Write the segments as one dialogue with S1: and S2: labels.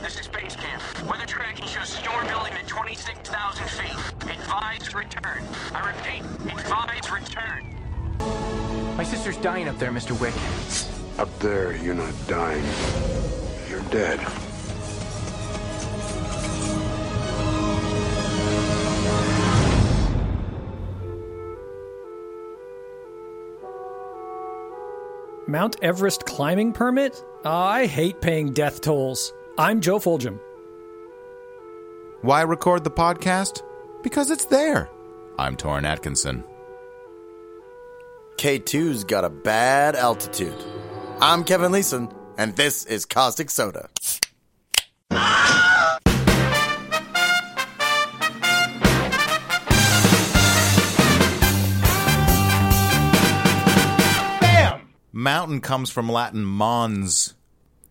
S1: This is base camp. Weather tracking shows storm building at 26,000 feet. Advise return. I repeat, advise return. My sister's dying up there, Mr. Wick.
S2: Up there, you're not dying. You're dead.
S3: Mount Everest climbing permit? Ah, I hate paying death tolls. I'm Joe Foljam.
S4: Why record the podcast? Because it's there. I'm Torrin Atkinson.
S5: K2's got a bad altitude. I'm Kevin Leeson, and this is Caustic Soda.
S4: Mountain comes from Latin mons,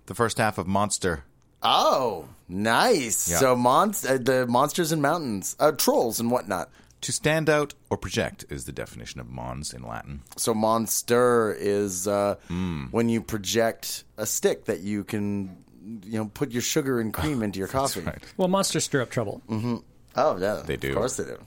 S4: the first half of monster.
S5: Oh, nice.
S4: Yeah.
S5: So monst- uh, the monsters and mountains, uh, trolls and whatnot.
S4: To stand out or project is the definition of mons in Latin.
S5: So monster is uh,
S4: Hmm.
S5: when you project a stick that you can, you know, put your sugar and cream
S4: Oh,
S5: into your coffee.
S3: Well, monsters stir up trouble.
S4: Mm.
S5: Oh, yeah. They
S4: do.
S5: Of course they do.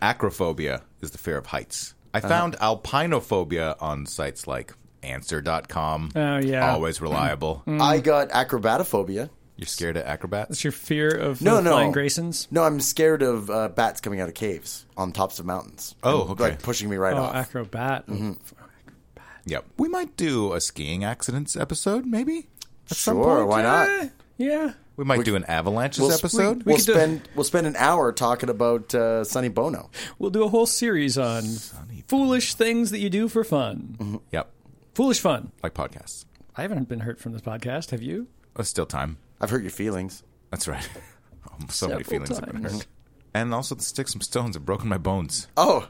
S4: Acrophobia is the fear of heights. I
S3: Uh-huh.
S4: found alpinophobia on sites like Answer.com.
S3: Oh, yeah. Mm.
S4: Always reliable.
S5: I got acrobatophobia.
S4: You're scared of acrobats?
S3: It's your fear of
S5: No,
S3: the
S5: no.
S3: flying Graysons?
S5: No, I'm scared of uh, bats coming out of caves on tops of mountains.
S4: Oh,
S5: And,
S4: okay.
S5: Like pushing me right
S3: Oh,
S5: off.
S3: acrobat.
S4: Mm-hmm. Yep. We might do a skiing accidents episode, maybe? At some
S5: sure,
S4: point?
S5: why not?
S3: Yeah.
S4: We might do an avalanches
S5: We'll-
S4: episode.
S5: We'll
S3: could do-
S5: spend we'll spend an hour talking about uh, Sonny Bono.
S3: We'll do a whole series on foolish things that you do for fun.
S4: Yep.
S3: Foolish fun.
S4: Like podcasts.
S3: I haven't been hurt from this podcast, have you?
S4: Oh, still time.
S5: I've hurt your feelings.
S4: That's right. Oh, so
S3: Several
S4: many feelings have been
S3: times.
S4: hurt. And also the sticks and stones have broken my bones.
S5: Oh,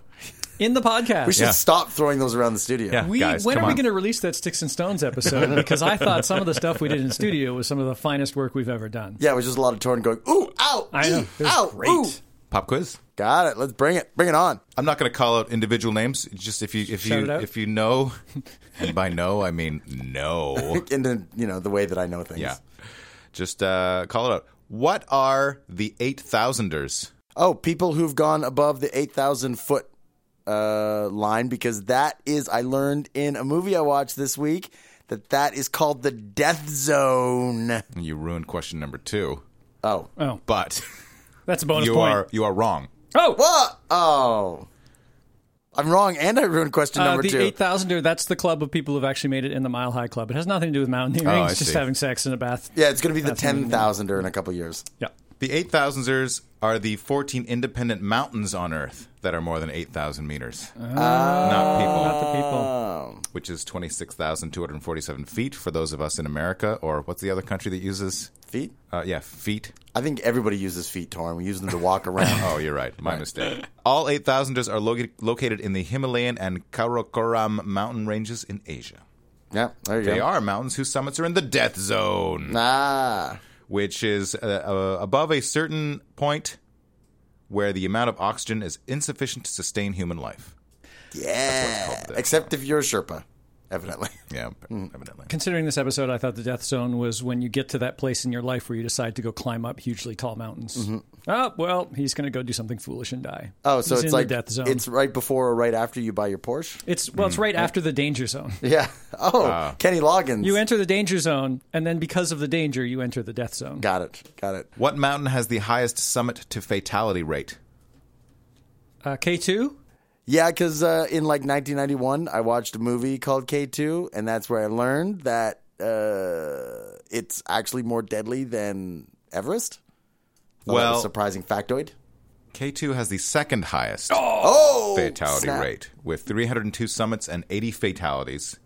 S3: In the podcast.
S5: we should
S4: Yeah.
S5: stop throwing those around the studio.
S4: Yeah.
S3: We,
S4: guys,
S3: when
S4: come
S3: are we
S4: on.
S3: going to release that Sticks and Stones episode? Because I thought some of the stuff we did in studio was some of the finest work we've ever done.
S5: Yeah, it was just a lot of torn going. Ooh, ow,
S3: I know.
S5: ee,
S3: It was
S5: ow,
S3: great.
S5: ooh.
S4: Pop quiz.
S5: Got it. Let's bring it. Bring it on.
S4: I'm not going to call out individual names. Just if you if
S3: Shout it
S4: you
S3: out.
S4: if you know, and by no I mean no.
S5: And then you know the way that I know things.
S4: yeah. Just uh, call it out. What are the eight thousanders?
S5: Oh, people who've gone above the eight thousand foot uh, line because that is I learned in a movie I watched this week that that is called the death zone.
S4: You ruined question number two.
S5: Oh,
S3: Oh,
S4: But
S3: that's a bonus
S4: you
S3: point.
S4: are you are wrong.
S3: oh,
S5: What? Oh. I'm wrong, and I ruined question
S3: Uh,
S5: number
S3: the
S5: two.
S3: eight thousander. That's the club of people who've actually made it in the Mile High Club. It has nothing to do with mountaineering.
S4: Oh, I
S3: it's just
S4: see.
S3: having sex in a bath.
S5: yeah, it's going to be the 10,000er in a couple years.
S3: Yeah.
S4: The eight thousanders are the fourteen independent mountains on Earth that are more than eight thousand meters. not people.
S3: Ah. Not the people.
S5: Um,
S4: which is 26,247 feet for those of us in America, or what's the other country that uses?
S5: Feet?
S4: Uh, yeah, feet.
S5: I think everybody uses feet, Torn. We use them to walk around.
S4: Oh, you're right. My mistake. All 8,000ers are lo- located in the Himalayan and Karakoram mountain ranges in Asia.
S5: yeah, there you
S4: They
S5: go.
S4: are mountains whose summits are in the death zone,
S5: Ah.
S4: which is uh, uh, above a certain point where the amount of oxygen is insufficient to sustain human life.
S5: Yeah.
S4: death
S5: Except if you're a Sherpa, evidently.
S4: Yeah, evidently.
S3: Considering this episode, I thought the death zone was when you get to that place in your life where you decide to go climb up hugely tall mountains. Oh well, he's going to go do something foolish and die.
S5: Mm-hmm. Oh, so
S3: He's
S5: it's
S3: in
S5: like
S3: the death zone.
S5: it's Mm-hmm.
S3: It's,
S5: right before or right after you buy your Porsche?
S3: well, it's right after the danger zone.
S5: Yeah. Oh,
S4: Uh.
S5: Kenny Loggins.
S3: You enter the danger zone, and then because of the danger, you enter the death zone.
S5: Got it. Got it.
S4: What mountain has the highest summit to fatality rate?
S3: Uh, K two.
S5: Yeah, because uh, in like 1991, I watched a movie called K2, and that's where I learned that uh, it's actually more deadly than Everest. Thought that was a
S4: Well,
S5: surprising factoid.
S4: K2 has the second highest.
S5: Oh,
S4: fatality
S5: snap.
S4: rate with 302 summits and 80 fatalities.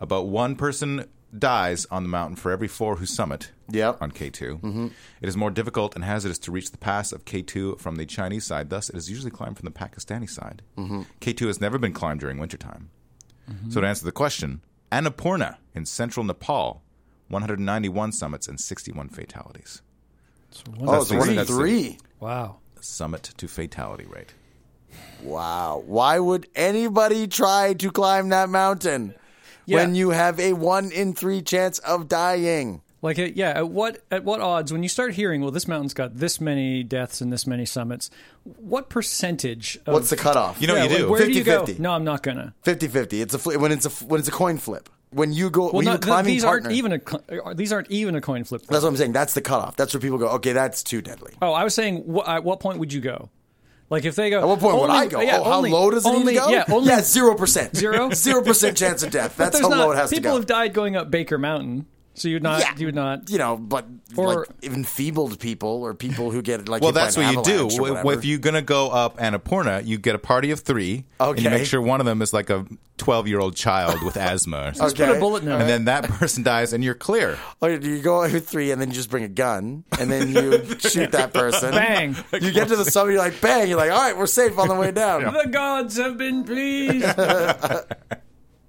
S4: About one person dies on the mountain for every four who summit
S5: Yep. Mm-hmm.
S4: on K2. It is more difficult and hazardous to reach the pass of K2 from the Chinese side, thus, it is usually climbed from the Pakistani side.
S5: Mm-hmm.
S4: K2 has never been climbed during wintertime. So, to answer the question, Annapurna in central Nepal, 191 summits and 61 fatalities.
S5: Oh, it's
S4: That's
S5: one
S4: the-
S5: in
S4: that's the-
S5: three.
S3: Wow.
S4: Summit to fatality rate.
S5: Wow. Why would anybody try to climb that mountain
S3: Yeah.
S5: when you have a one in three chance of dying?
S3: Like, uh, yeah, at what at what odds when you start hearing, well, this mountain's got this many deaths and this many summits? What percentage? Of,
S5: What's the cutoff?
S4: You know
S3: yeah,
S4: what you
S3: like,
S4: do.
S3: where do you go?
S5: 50-50.
S3: No, I'm not gonna.
S5: 50-50. It's a fl- when it's a f- when it's a coin flip. When you go
S3: Well,
S5: when
S3: no,
S5: you're
S3: th-
S5: climbing
S3: these
S5: partner.
S3: aren't even a co- these aren't even a coin flip.
S5: that's what I'm saying. That's the cutoff. That's where people go. Okay, that's too deadly.
S3: Oh, I was saying, wh- at what point would you go? Like if they go,
S5: At what point would
S3: only-
S5: I go?
S3: yeah,
S5: oh, how
S3: only-
S5: low does it
S3: only,
S5: need to go?
S3: Yeah, only
S5: zero percent.
S3: Zero?
S5: zero percent chance of death.
S3: but
S5: That's how
S3: there's
S5: low
S3: not-
S5: it has to
S3: People
S5: go.
S3: have died going up Baker Mountain, so you'd not,
S5: yeah,
S3: you would not.
S5: you know, but
S3: Or-
S5: like enfeebled people or people who get like
S4: Well,
S5: hit by
S4: that's
S5: an
S4: what you do.
S5: avalanche or
S4: If-
S5: whatever.
S4: If you're going to go up Annapurna, you get a party of three. And you
S5: Okay.
S4: make sure one of them is like a 12 year old child with asthma. Or something.
S5: Okay.
S3: Put a bullet in there.
S4: And then that person dies and you're clear.
S5: Oh, you go out with three, and then you just bring a gun, and then you shoot that person.
S3: Bang.
S5: You get to the summit, you're like, bang! You're like, all right, we're safe on the way down.
S3: the gods have been pleased.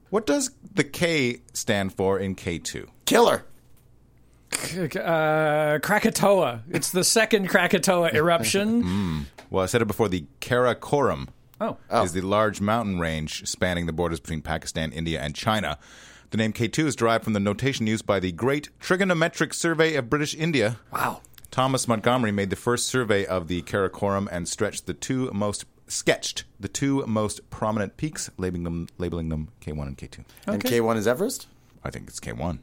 S4: What does the K stand for in K2?
S5: Killer.
S3: uh, Krakatoa. It's the second Krakatoa
S5: Mm.
S3: eruption.
S4: Well, I said it before the Karakoram.
S3: Oh,
S4: is the large mountain range spanning the borders between Pakistan, India, and China. The name K2 is derived from the notation used by the Great Trigonometric Survey of British India.
S3: wow.
S4: Thomas Montgomery made the first survey of the Karakoram and stretched the two most sketched the two most prominent peaks, labeling them labeling them K1 and K2.
S5: And K1 is Everest?
S4: I think it's K1.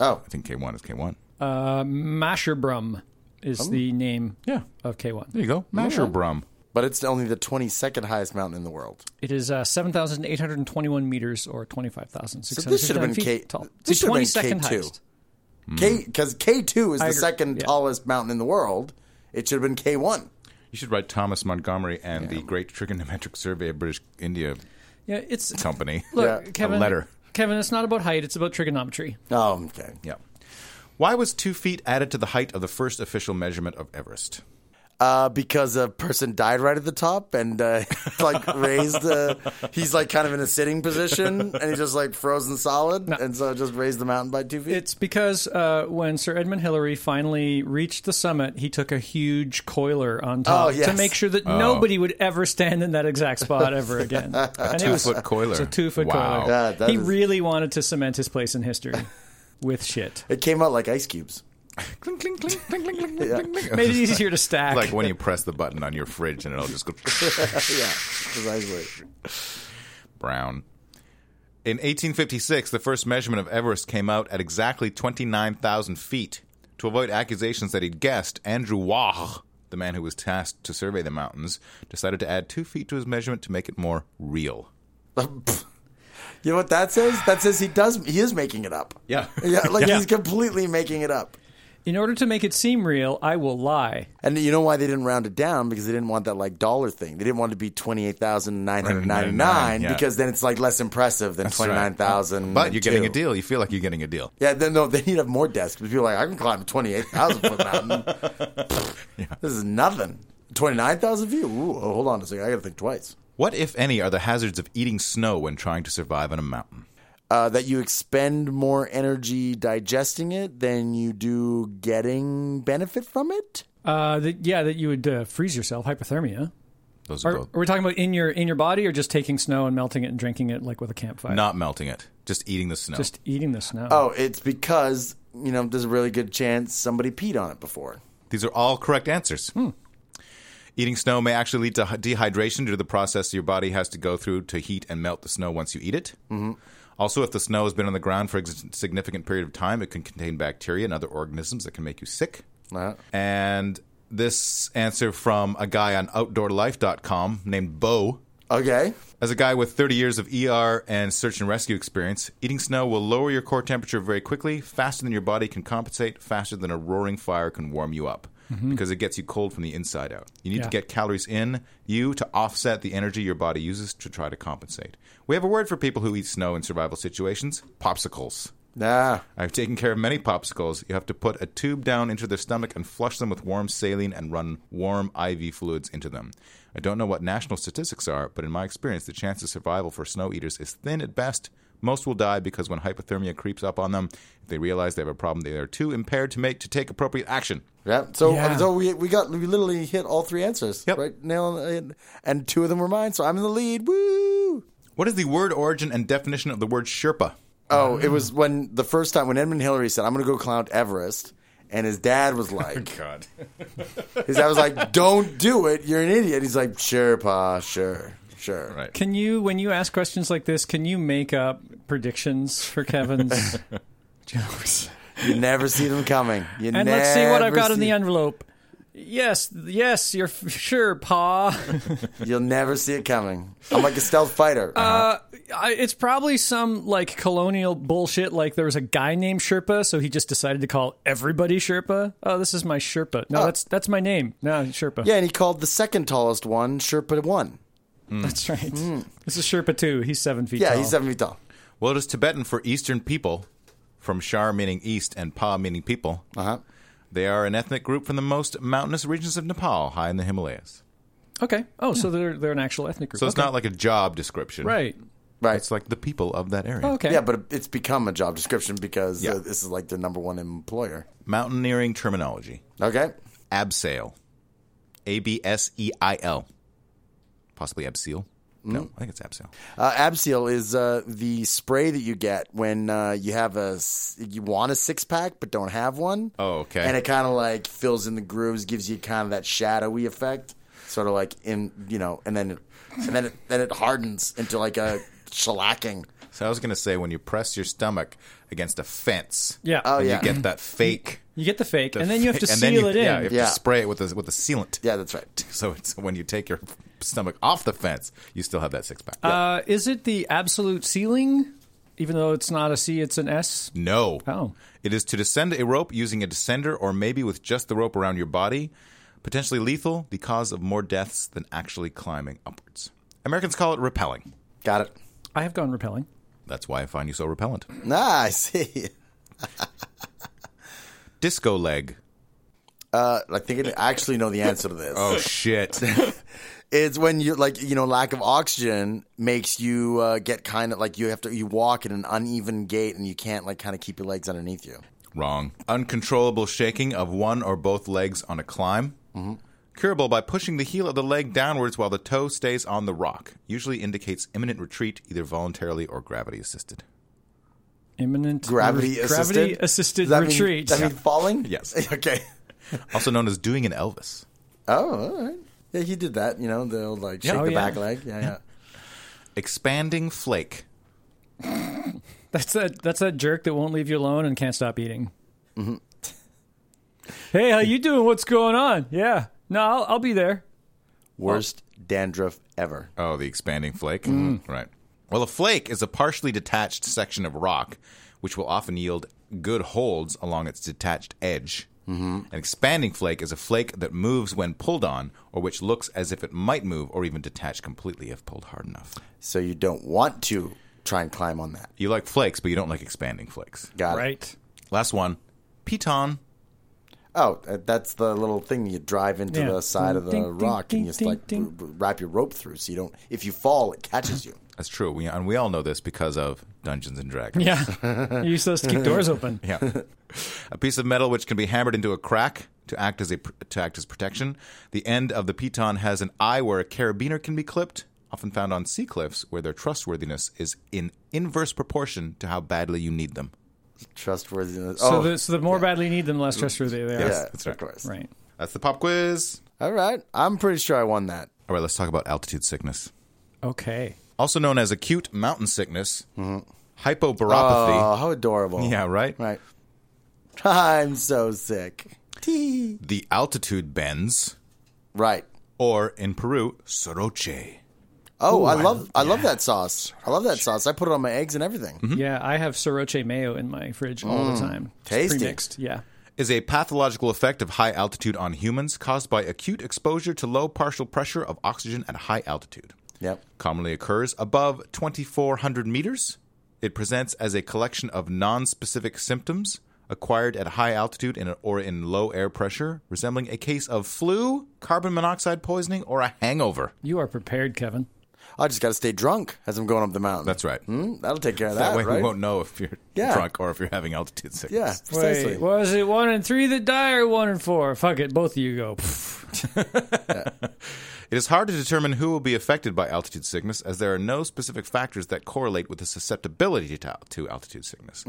S5: Oh,
S4: I think K1 is K1.
S3: Masherbrum is
S5: Oh.
S3: the name
S4: Yeah.
S3: of K1.
S4: There you go. Masherbrum.
S5: but it's only the 22nd highest mountain in the world.
S3: It is uh, 7,821 meters or
S5: So this should have
S3: 25,659
S5: been
S3: feet
S5: K-
S3: tall.
S5: this
S3: the
S5: should have been
S3: 22nd
S5: K2.
S3: highest.
S5: K Because K2 is
S3: I
S5: the
S3: agree.
S5: second
S3: Yeah.
S5: tallest mountain in the world. It should have been K1.
S4: You should write Thomas Montgomery and the Great Trigonometric Survey of British India
S3: Yeah, it's
S4: Company.
S3: look,
S5: Yeah, a
S3: Kevin.
S4: letter.
S3: Kevin, it's not about height; it's about trigonometry.
S5: Oh, okay.
S4: Yeah. Why was two feet added to the height of the first official measurement of Everest?
S5: Uh, because a person died right at the top and uh, like raised. Uh, he's like kind of in a sitting position and he's just like frozen solid, and so it just raised the mountain by two feet.
S3: It's because uh, when Sir Edmund Hillary finally reached the summit, he took a huge coiler on top
S5: Oh, yes.
S3: to make sure that nobody would ever stand in that exact spot ever again. and it was
S4: Two-foot coiler.
S3: It's a two foot
S4: wow.
S3: coiler.
S5: Yeah, that
S3: he
S5: is-
S3: really wanted to cement his place in history with shit.
S5: it came out like ice cubes.
S4: Clink, clink, clink, clink, clink, clink, clink, clink.
S3: Made it easier to stack.
S4: like when you press the button on your fridge and it'll just go
S5: Yeah, precisely.
S4: brown. In 1856, the first measurement of Everest came out at exactly 29,000 feet. To avoid accusations that he'd guessed, Andrew Waugh, the man who was tasked to survey the mountains, decided to add two feet to his measurement to make it more real.
S5: You know what that says? That says he does. He is making it up.
S4: Yeah.
S5: Yeah, like he's completely making it up.
S3: in order to make it seem real, I will lie.
S5: And you know why they didn't round it down? Because they didn't want that like dollar thing. They didn't want it to be twenty eight thousand nine hundred ninety nine
S4: Yeah.
S5: because then it's like less impressive than
S4: right.
S5: twenty nine thousand.
S4: But you're getting a deal. You feel like you're getting a deal.
S5: Yeah, then no, then you'd have more desks. Because people are like, I can climb a twenty eight thousand foot mountain. This is nothing. Twenty nine thousand feet. Ooh, oh, hold on a second. I got to think twice.
S4: What, if any, are the hazards of eating snow when trying to survive on a mountain?
S5: Uh, that you expend more energy digesting it than you do getting benefit from it.
S3: Uh, that, yeah, that you would uh, freeze yourself, hypothermia.
S4: Those
S3: Are,
S4: are
S3: are
S4: both.
S3: we talking about in your in your body, or just taking snow and melting it and drinking it like with a campfire?
S4: Not melting it, just eating the snow.
S3: Just eating the snow.
S5: Oh, it's because you know there's a really good chance somebody peed on it before.
S4: These are all correct answers. Eating snow may actually lead to hy- dehydration due to the process your body has to go through to heat and melt the snow once you eat it. Also, if the snow has been on the ground for a significant period of time, it can contain bacteria and other organisms that can make you sick.
S5: Uh,
S4: And this answer from a guy on outdoorlife.com named Bo.
S5: okay.
S4: As a guy with 30 years of ER and search and rescue experience, eating snow will lower your core temperature very quickly, faster than your body can compensate, faster than a roaring fire can warm you up, because it gets you cold from the inside out. You need
S3: Yeah.
S4: to get calories in you to offset the energy your body uses to try to compensate. We have a word for people who eat snow in survival situations popsicles.
S5: Nah.
S4: I've taken care of many popsicles. You have to put a tube down into their stomach and flush them with warm saline and run warm IV fluids into them. I don't know what national statistics are, but in my experience, the chance of survival for snow eaters is thin at best. Most will die because when hypothermia creeps up on them, if they realize they have a problem, they are too impaired to make to take appropriate action.
S5: Yeah. So
S3: Yeah.
S5: so we we got we literally hit all three answers.
S4: Yep.
S5: Right. Nail on the head. and two of them were mine. So I'm in the lead. Woo.
S4: What is the word origin and definition of the word Sherpa?
S5: Oh, it was when the first time when Edmund Hillary said, "I'm going to go climb Everest," and his dad was like,
S4: God.
S5: "His dad was like, don't do it. You're an idiot." He's like, "Sure, pa, sure, sure."
S4: Right.
S3: Can you, when you ask questions like this, can you make up predictions for Kevin's jokes?
S5: You never see them coming. You
S3: And let's see what I've
S5: never
S3: got in
S5: see-
S3: the envelope. Yes, yes, you're f- sure, Pa.
S5: You'll never see it coming. I'm like a stealth fighter.
S3: Uh-huh.
S5: Uh-huh.
S3: I, it's probably some like colonial bullshit. Like there was a guy named Sherpa, so he just decided to call everybody Sherpa. Oh, this is my Sherpa. No, that's that's my name. No, Sherpa.
S5: Oh. yeah, and he called the second tallest one Sherpa One.
S3: that's right. This is Sherpa too. He's seven feet.
S5: Hmm. Yeah,
S3: tall.
S5: he's seven feet tall.
S4: Well, it is Tibetan for Eastern people, from Shar meaning east and Pa meaning people.
S5: Uh huh.
S4: They are an ethnic group from the most mountainous regions of Nepal, high in the Himalayas.
S3: okay. Oh, so
S5: Hmm.
S3: they're they're an actual ethnic group.
S4: So it's
S3: Okay.
S4: not like a job description.
S3: right.
S5: Right.
S4: It's like the people of that area.
S3: Oh, okay.
S5: Yeah, but it's become a job description because
S4: Yeah.
S5: uh, this is like the number one employer.
S4: Mountaineering terminology.
S5: Okay.
S4: Abseil. A B S E I L. Possibly abseil.
S3: Mm.
S4: No, I think it's abseil.
S5: Uh, Abseal is uh, the spray that you get when uh, you have a s- you want a six pack but don't have one.
S4: Oh, okay.
S5: And it kind of like fills in the grooves, gives you kind of that shadowy effect, sort of like in you know, and then it, and then it, then it hardens into like a shellacking.
S4: So I was going to say when you press your stomach against a fence,
S3: Yeah.
S5: Oh
S4: and
S5: yeah,
S4: you get that fake.
S3: You get the fake,
S4: the
S3: and then you have to
S4: fake- and
S3: seal
S4: then you-
S3: it in.
S4: Yeah, you have
S5: Yeah.
S4: to spray it with a, with a sealant.
S5: yeah, that's right.
S4: So it's when you take your stomach off the fence, you still have that six pack.
S3: Uh, is it the absolute ceiling? Even though it's not a C, it's an S.
S4: No.
S3: Oh.
S4: It is to descend a rope using a descender or maybe with just the rope around your body. Potentially lethal, the cause of more deaths than actually climbing upwards. Americans call it rappelling.
S5: Got it.
S3: I have gone repelling.
S4: That's why I find you so repellent.
S5: Nah, I see.
S4: Disco leg.
S5: Uh, I think it, I actually know the answer to this.
S4: Oh, shit.
S5: It's when you like you know lack of oxygen makes you uh, get kind of like you have to you walk in an uneven gait and you can't like kind of keep your legs underneath you.
S4: Wrong. Uncontrollable shaking of one or both legs on a climb. Curable by pushing the heel of the leg downwards while the toe stays on the rock. Usually indicates imminent retreat, either voluntarily or gravity assisted.
S3: Imminent
S5: Gravity assisted.
S3: gravity assisted
S5: Does that mean-
S3: retreat.
S5: does that mean falling?
S4: Yes.
S5: okay.
S4: Also known as doing an Elvis.
S5: Oh, all right. Yeah, he did that. You know, they'll like shake
S3: Oh,
S5: the
S3: yeah.
S5: back leg. Yeah, yeah.
S4: Expanding flake.
S3: That's that. That's that jerk that won't leave you alone and can't stop eating.
S5: Mm-hmm.
S3: hey, how you doing? What's going on? Yeah, no, I'll, I'll be there.
S5: Worst dandruff ever.
S4: Oh, the expanding flake? Right. Well, a flake is a partially detached section of rock, which will often yield good holds along its detached edge. Mm-hmm. An expanding flake is a flake that moves when pulled on, or which looks as if it might move or even detach completely if pulled hard enough.
S5: So you don't want to try and climb on that.
S4: You like flakes, but you don't like expanding flakes.
S5: Got it.
S3: Right.
S4: Last one piton.
S5: Oh, uh, that's the little thing you drive into
S3: Yeah.
S5: the side of the
S3: Ding, ding,
S5: rock
S3: ding,
S5: and you just
S3: ding,
S5: like
S3: ding.
S5: w- w- wrap your rope through so you don't. If you fall, it catches you.
S4: That's true. We, and we all know this because of Dungeons and Dragons.
S3: Yeah, you're supposed to keep doors open.
S4: Yeah. a piece of metal which can be hammered into a crack to act as a to act as protection. The end of the piton has an eye where a carabiner can be clipped, often found on sea cliffs where their trustworthiness is in inverse proportion to how badly you need them.
S5: Trustworthiness.
S3: So,
S5: oh,
S3: the, so the more badly you need them, the less trustworthy they are.
S5: yeah,
S4: that's
S5: of
S4: right.
S5: course.
S3: Right.
S4: That's the pop quiz.
S5: All right, I'm pretty sure I won that.
S4: All right, let's talk about altitude sickness.
S3: Okay.
S4: Also known as acute mountain sickness, hypobaropathy.
S5: Oh, how adorable!
S4: yeah, right?
S5: right. I'm so sick. Tee.
S4: The altitude bends,
S5: Right.
S4: or in Peru, soroche.
S5: Oh, I love I love that sauce. I love that sauce. I put it on my eggs and everything.
S3: Yeah, I have sriracha mayo in my fridge all the time. It's
S5: Mm. Tasty.
S3: Pre-mixed. Yeah.
S4: is a pathological effect of high altitude on humans caused by acute exposure to low partial pressure of oxygen at high altitude.
S5: Yep.
S4: Commonly occurs above 2,400 meters. It presents as a collection of non-specific symptoms acquired at high altitude in or in low air pressure, resembling a case of flu, carbon monoxide poisoning, or a hangover.
S3: You are prepared, Kevin.
S5: I just got to stay drunk as I'm going up the mountain.
S4: That's right.
S5: Hmm? That'll take care of that.
S4: That way
S5: right?
S4: we won't know if you're
S5: Yeah.
S4: drunk or if you're having altitude sickness.
S5: Yeah, precisely.
S3: Wait, was it one and three that die or one and four? Fuck it, both of you go.
S4: It is hard to determine who will be affected by altitude sickness as there are no specific factors that correlate with the susceptibility to, al- to altitude sickness.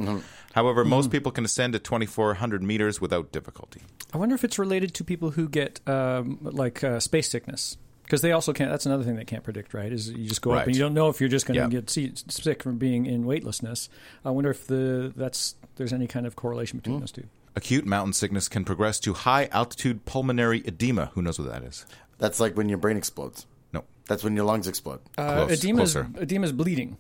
S4: However, most people can ascend to 2,400 meters without difficulty.
S3: I wonder if it's related to people who get um, like uh, space sickness because they also can't. That's another thing they can't predict, right? Is you just go up
S4: Right.
S3: and you don't know if you're just going to
S4: Yeah.
S3: get see, sick from being in weightlessness. I wonder if the that's there's any kind of correlation between those two.
S4: Acute mountain sickness can progress to high altitude pulmonary edema. Who knows what that is?
S5: That's like when your brain explodes.
S4: No.
S5: That's when your lungs explode.
S3: Uh,
S4: Close-
S3: edema's
S4: closer.
S3: edema's bleeding.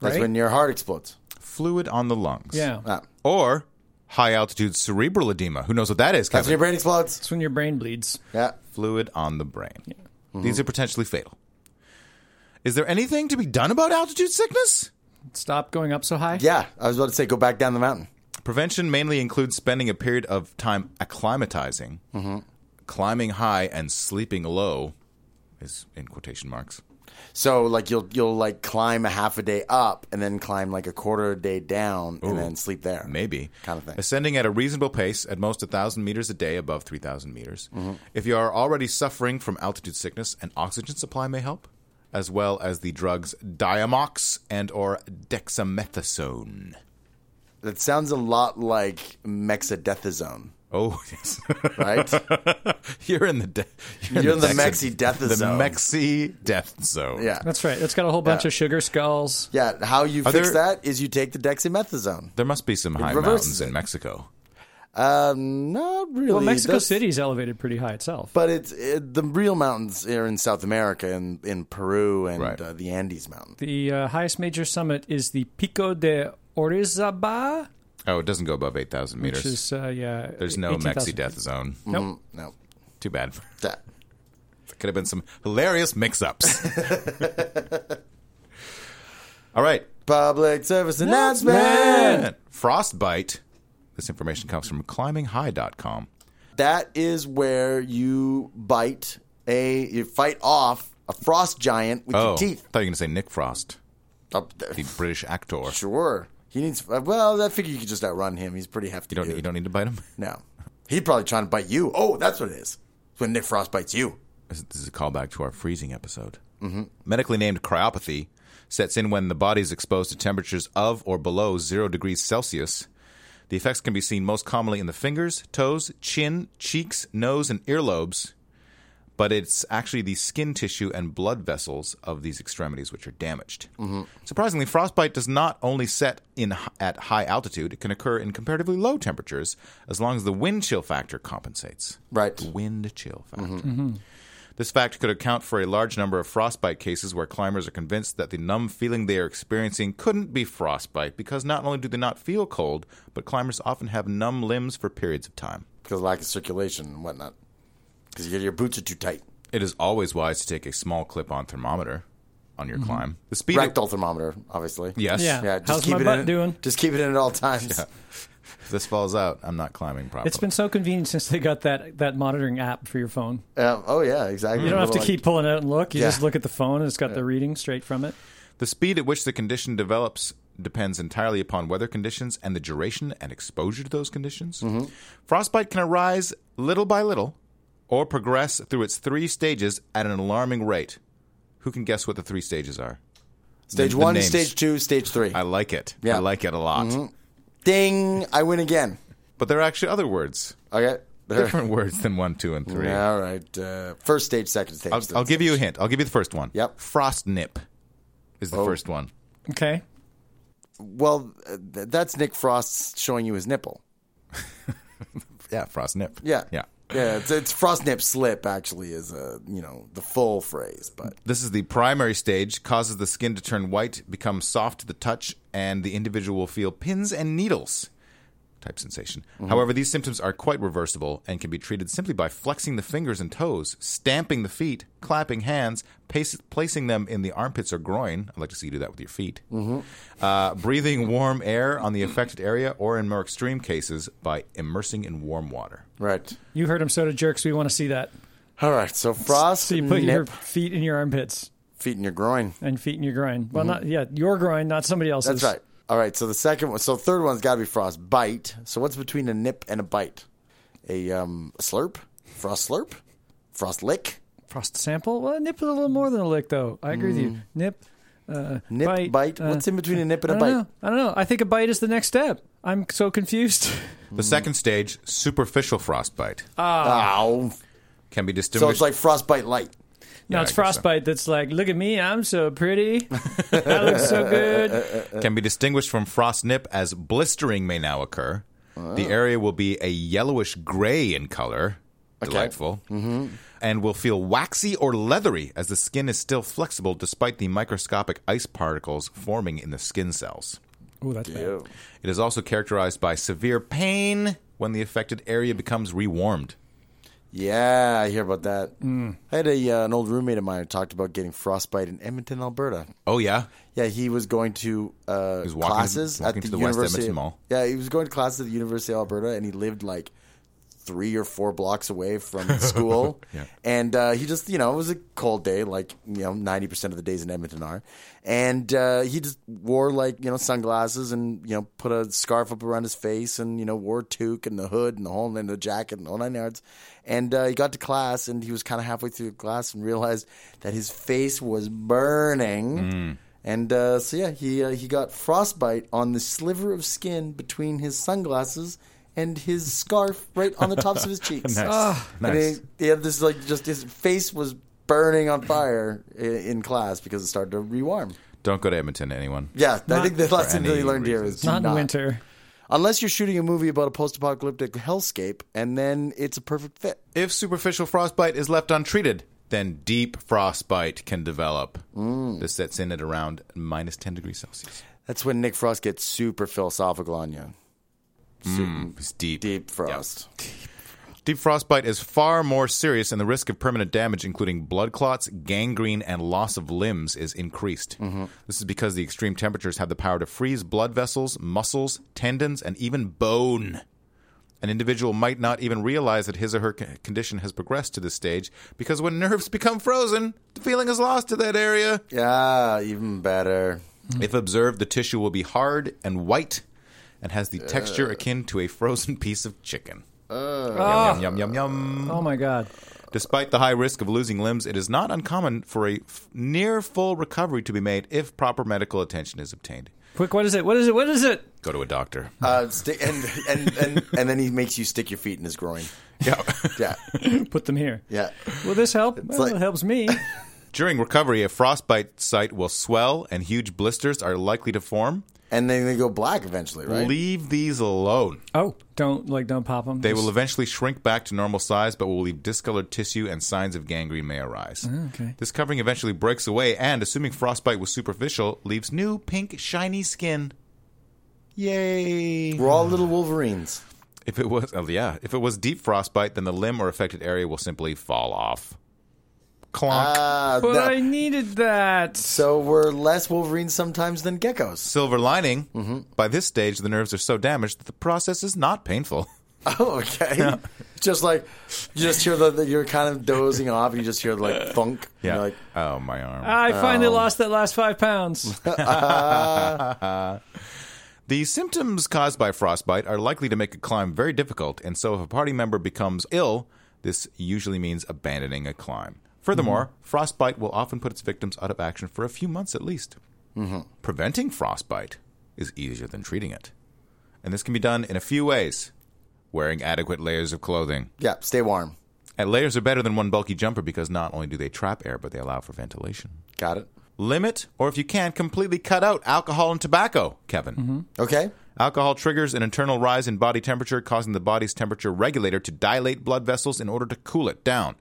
S5: That's
S3: right?
S5: when your heart explodes.
S4: Fluid on the lungs.
S3: Yeah,
S5: Ah.
S4: Or high altitude cerebral edema. Who knows what that is,
S5: That's when
S4: Kevin?
S5: your brain explodes.
S3: that's when your brain bleeds.
S5: Yeah.
S4: Fluid on the brain. These are potentially fatal. Is there anything to be done about altitude sickness?
S3: Stop going up so high.
S5: Yeah. I was about to say, go back down the mountain.
S4: Prevention mainly includes spending a period of time acclimatizing,
S5: Mm-hmm.
S4: climbing high, and sleeping low, is in quotation marks.
S5: So like you'll you'll like climb a half a day up and then climb like a quarter a day down and then sleep there.
S4: Maybe.
S5: Kind of thing.
S4: Ascending at a reasonable pace, at most 1,000 meters a day above 3,000 meters.
S5: Mm-hmm.
S4: If you are already suffering from altitude sickness, an oxygen supply may help, as well as the drugs Diamox and or dexamethasone.
S5: That sounds a lot like mexadethazone,
S4: Oh, yes.
S5: right?
S4: you're in the... De- you're,
S5: You're in the
S4: dexa-
S5: mexi death
S4: The
S5: zone.
S4: mexi death zone.
S5: yeah.
S3: that's right. It's got a whole bunch
S5: Yeah.
S3: of sugar skulls.
S5: Yeah. How you fix
S4: there-
S5: that is you take the dexamethasone.
S4: There must be some high mountains
S5: reverses
S4: in
S5: it.
S4: Mexico.
S5: Um, not really.
S3: Well, Mexico
S5: That's-
S3: City's elevated pretty high itself.
S5: But it's it, the real mountains are in South America and in Peru and
S4: Right.
S5: uh, the Andes Mountains.
S3: the uh, highest major summit is the Pico de Orizaba,
S4: Oh, it doesn't go above 8,000 meters.
S3: which is uh, yeah.
S4: There's no
S3: 18,000.
S4: Mexi death zone.
S3: Nope.
S5: No,
S4: Too bad.
S5: that
S4: Could have been some hilarious mix ups. All right.
S5: public service announcement.
S4: Frostbite. This information comes from climbinghigh.com.
S5: That is where you bite a you fight off a frost giant with
S4: Oh,
S5: your teeth.
S4: I thought you were going to say Nick Frost,
S5: Up there.
S4: the British actor.
S5: Sure. He needs. uh, Well, I figure you could just outrun him. He's a pretty hefty.
S4: You don't,
S5: dude.
S4: you don't need to bite him?
S5: No. He'd probably trying to bite you. Oh, that's what it is. It's when Nick Frost bites you.
S4: This this is a callback to our freezing episode. Mm-hmm. Medically named cryopathy sets in when the body is exposed to temperatures of or below zero degrees Celsius. The effects can be seen most commonly in the fingers, toes, chin, cheeks, nose, and earlobes, but it's actually the skin tissue and blood vessels of these extremities which are damaged. Surprisingly, frostbite does not only set in h- at high altitude; it can occur in comparatively low temperatures as long as the wind chill factor compensates.
S5: Right.
S4: The wind chill factor. This fact could account for a large number of frostbite cases where climbers are convinced that the numb feeling they are experiencing couldn't be frostbite because not only do they not feel cold, but climbers often have numb limbs for periods of time.
S5: Because of lack of circulation and whatnot. Because your boots are too tight.
S4: It is always wise to take a small clip on thermometer on your climb. The speed of,
S5: Rectal thermometer, obviously.
S4: Yes.
S3: Yeah.
S5: Yeah. Just
S3: How's
S5: keep
S3: my
S5: it
S3: butt
S5: in,
S3: doing?
S5: Just keep it in at all times.
S4: If this falls out, I'm not climbing properly.
S3: It's been so convenient since they got that that monitoring app for your phone.
S5: Um, oh yeah, exactly.
S3: You don't have to
S5: Like-
S3: keep pulling out and look. You
S5: Yeah.
S3: just look at the phone, and it's got the reading straight from it.
S4: The speed at which the condition develops depends entirely upon weather conditions and the duration and exposure to those conditions.
S5: Mm-hmm.
S4: Frostbite can arise little by little or progress through its three stages at an alarming rate. Who can guess what the three stages are?
S5: stage
S4: the
S5: one,
S4: names.
S5: stage two, stage three.
S4: I like it.
S5: Yeah. Mm-hmm.
S4: I like it a lot.
S5: Ding! I win again.
S4: But there are actually other words,
S5: Okay.
S4: different words than one, two, and three.
S5: all right. Uh, first stage, second stage.
S4: I'll, I'll give you a hint. I'll give you the first one.
S5: Yep. Oh.
S4: Frost nip is the first one.
S3: Okay.
S5: well, uh, th- that's Nick Frost showing you his nipple.
S4: Yeah, frost nip.
S5: Yeah.
S4: Yeah.
S5: Yeah, it's, it's frost nip slip actually is a you know the full phrase, but
S4: This is the primary stage, causes the skin to turn white, become soft to the touch, and the individual will feel pins and needles type sensation.
S5: Mm-hmm.
S4: However, these symptoms are quite reversible and can be treated simply by flexing the fingers and toes, stamping the feet, clapping hands, pace, placing them in the armpits or groin. I'd like to see you do that with your feet.
S5: Mm-hmm.
S4: Uh, breathing warm air on the affected area, or in more extreme cases, by immersing in warm water.
S5: right.
S3: You heard him, soda jerks. We want to see that.
S5: All right, so frost
S3: So you put your
S5: nip,
S3: feet in your armpits.
S5: Feet in your groin.
S3: and feet in your groin. Well, not yeah, your groin, not somebody else's.
S5: Mm-hmm. That's right. All right. So the second one, so third one's got to be frostbite. So what's between a nip and a bite? A um, slurp, frost slurp, frost lick,
S3: Frost sample. Well, a nip is a little more than a lick, though. I agree with
S5: Mm.
S3: you. Nip, uh,
S5: nip bite.
S3: uh,
S5: what's in between a nip and
S3: I
S5: a
S3: don't
S5: bite?
S3: know. I don't know. I think a bite is the next step. I'm so confused.
S4: The
S5: Mm.
S4: second stage, superficial frostbite,
S3: Ah.
S5: Ow.
S4: can be
S5: Uh, So
S4: distinguished.
S5: it's like frostbite light.
S3: No, it's
S4: Yeah, I guess so.
S3: frostbite. That's like, look at me, I'm so pretty. I look so good.
S4: can be distinguished from frost nip as blistering may now occur. The area will be a yellowish gray in color. Delightful. Mm-hmm. And will feel waxy or leathery as the skin is still flexible despite the microscopic ice particles forming in the skin cells.
S3: Oh, that's bad.
S4: It is also characterized by severe pain when the affected area becomes rewarmed.
S5: Yeah, I hear about that.
S3: Mm.
S5: I had a uh, an old roommate of mine who talked about getting frostbite in Edmonton, Alberta.
S4: Oh, yeah?
S5: Yeah, he was going to uh,
S4: was walking to-
S5: classes
S4: walking
S5: at the,
S4: to the West
S5: University.
S4: Edmonton Mall.
S5: Yeah, he was going to classes at the University of Alberta, and he lived like three or four blocks away from school. And uh, he just, you know, it was a cold day, like you know, ninety percent of the days in Edmonton are. And uh, he just wore like you know sunglasses and you know put a scarf up around his face and you know wore a toque and the hood and the whole and the jacket and the whole nine yards. And uh, he got to class, and he was kind of halfway through class and realized that his face was burning.
S4: Mm.
S5: And uh, so yeah, he uh, he got frostbite on the sliver of skin between his sunglasses and his scarf right on the tops of his cheeks.
S4: Nice.
S3: Ah.
S5: And
S4: Nice.
S5: he, he had this like just his face was burning on fire i- in class because it started to rewarm.
S4: Don't go to Edmonton, anyone.
S5: Yeah, I think the lesson
S4: any
S5: that he learned here
S4: reasons.
S5: is do
S3: Not in winter.
S5: Unless you're shooting a movie about a post-apocalyptic hellscape, and then it's a perfect fit.
S4: If superficial frostbite is left untreated, then deep frostbite can develop. This sets in at around minus 10 degrees Celsius.
S5: That's when Nick Frost gets super philosophical on you.
S4: It's deep.
S5: Deep Frost.
S4: Deep frostbite is far more serious, and the risk of permanent damage, including blood clots, gangrene, and loss of limbs, is increased. This is because the extreme temperatures have the power to freeze blood vessels, muscles, tendons, and even bone. An individual might not even realize that his or her c- condition has progressed to this stage because when nerves become frozen, the feeling is lost to that area.
S5: Yeah, even better.
S4: If observed, the tissue will be hard and white and has the
S5: Uh.
S4: texture akin to a frozen piece of chicken. Yum, yum, yum, yum, yum.
S3: Oh my god.
S4: Despite the high risk of losing limbs, it is not uncommon for a f- near full recovery to be made if proper medical attention is obtained.
S3: Quick, what is it? What is it? What is it?
S4: Go to a doctor.
S5: Uh, sti- and, and, and, and then he makes you stick your feet in his groin.
S4: yeah.
S5: Yeah.
S3: Put them here.
S5: Yeah.
S3: Will this help? Well,
S5: like-
S3: it helps me.
S4: During recovery, a frostbite site will swell and huge blisters are likely to form.
S5: And then they go black eventually, right?
S4: Leave these alone.
S3: Oh, don't like don't pop them.
S4: They will eventually shrink back to normal size, but will leave discolored tissue and signs of gangrene may arise.
S3: okay.
S4: This covering eventually breaks away, and assuming frostbite was superficial, leaves new pink shiny skin. Yay!
S5: We're all little Wolverines.
S4: If it was, oh yeah, if it was deep frostbite, then the limb or affected area will simply fall off. Clonk.
S5: Uh,
S3: But
S5: that-
S3: I needed that.
S5: so we're less Wolverines sometimes than geckos.
S4: Silver lining. By this stage, the nerves are so damaged that the process is not painful.
S5: Oh, okay. Just like, you just hear the, the, you're kind of dozing off, you just hear like thunk. and you're like,
S4: oh my arm.
S3: I
S5: Oh.
S3: finally lost that last five pounds.
S4: The symptoms caused by frostbite are likely to make a climb very difficult, and so if a party member becomes ill, this usually means abandoning a climb. Furthermore, frostbite will often put its victims out of action for a few months at least. Preventing frostbite is easier than treating it. And this can be done in a few ways wearing adequate layers of clothing.
S5: yeah, stay warm.
S4: And layers are better than one bulky jumper because not only do they trap air, but they allow for ventilation.
S5: Got it.
S4: Limit, or if you can, completely cut out alcohol and tobacco, Kevin.
S5: Okay.
S4: Alcohol triggers an internal rise in body temperature, causing the body's temperature regulator to dilate blood vessels in order to cool it down.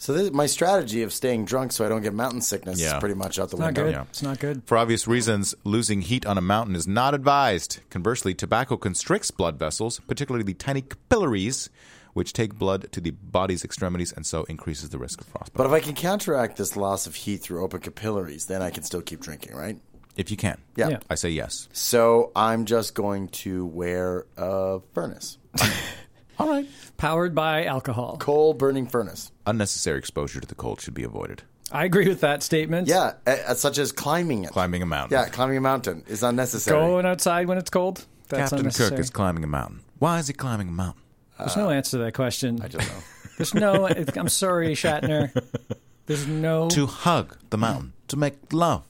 S5: So this, my strategy of staying drunk so I don't get mountain sickness
S4: Yeah.
S5: is pretty much out the
S3: Not
S5: window.
S3: good.
S4: Yeah.
S3: It's not good.
S4: For obvious reasons, losing heat on a mountain is not advised. Conversely, tobacco constricts blood vessels, particularly the tiny capillaries, which take blood to the body's extremities and so increases the risk of frostbite.
S5: But if I can counteract this loss of heat through open capillaries, then I can still keep drinking, right?
S4: If you can.
S5: Yeah.
S3: Yeah.
S4: I say yes.
S5: So I'm just going to wear a furnace,
S4: All right.
S3: Powered by alcohol.
S5: coal burning furnace.
S4: Unnecessary exposure to the cold should be avoided.
S3: I agree with that statement.
S5: Yeah, uh, such as climbing it.
S4: Climbing a mountain.
S5: Yeah, climbing a mountain is unnecessary.
S3: Going outside when it's cold. That's
S4: Captain
S3: unnecessary.
S4: Kirk is climbing a mountain. Why is he climbing a mountain?
S3: There's no answer to that question.
S5: uh, I don't know.
S3: There's no. I'm sorry, Shatner. There's no.
S4: To hug the mountain, to make love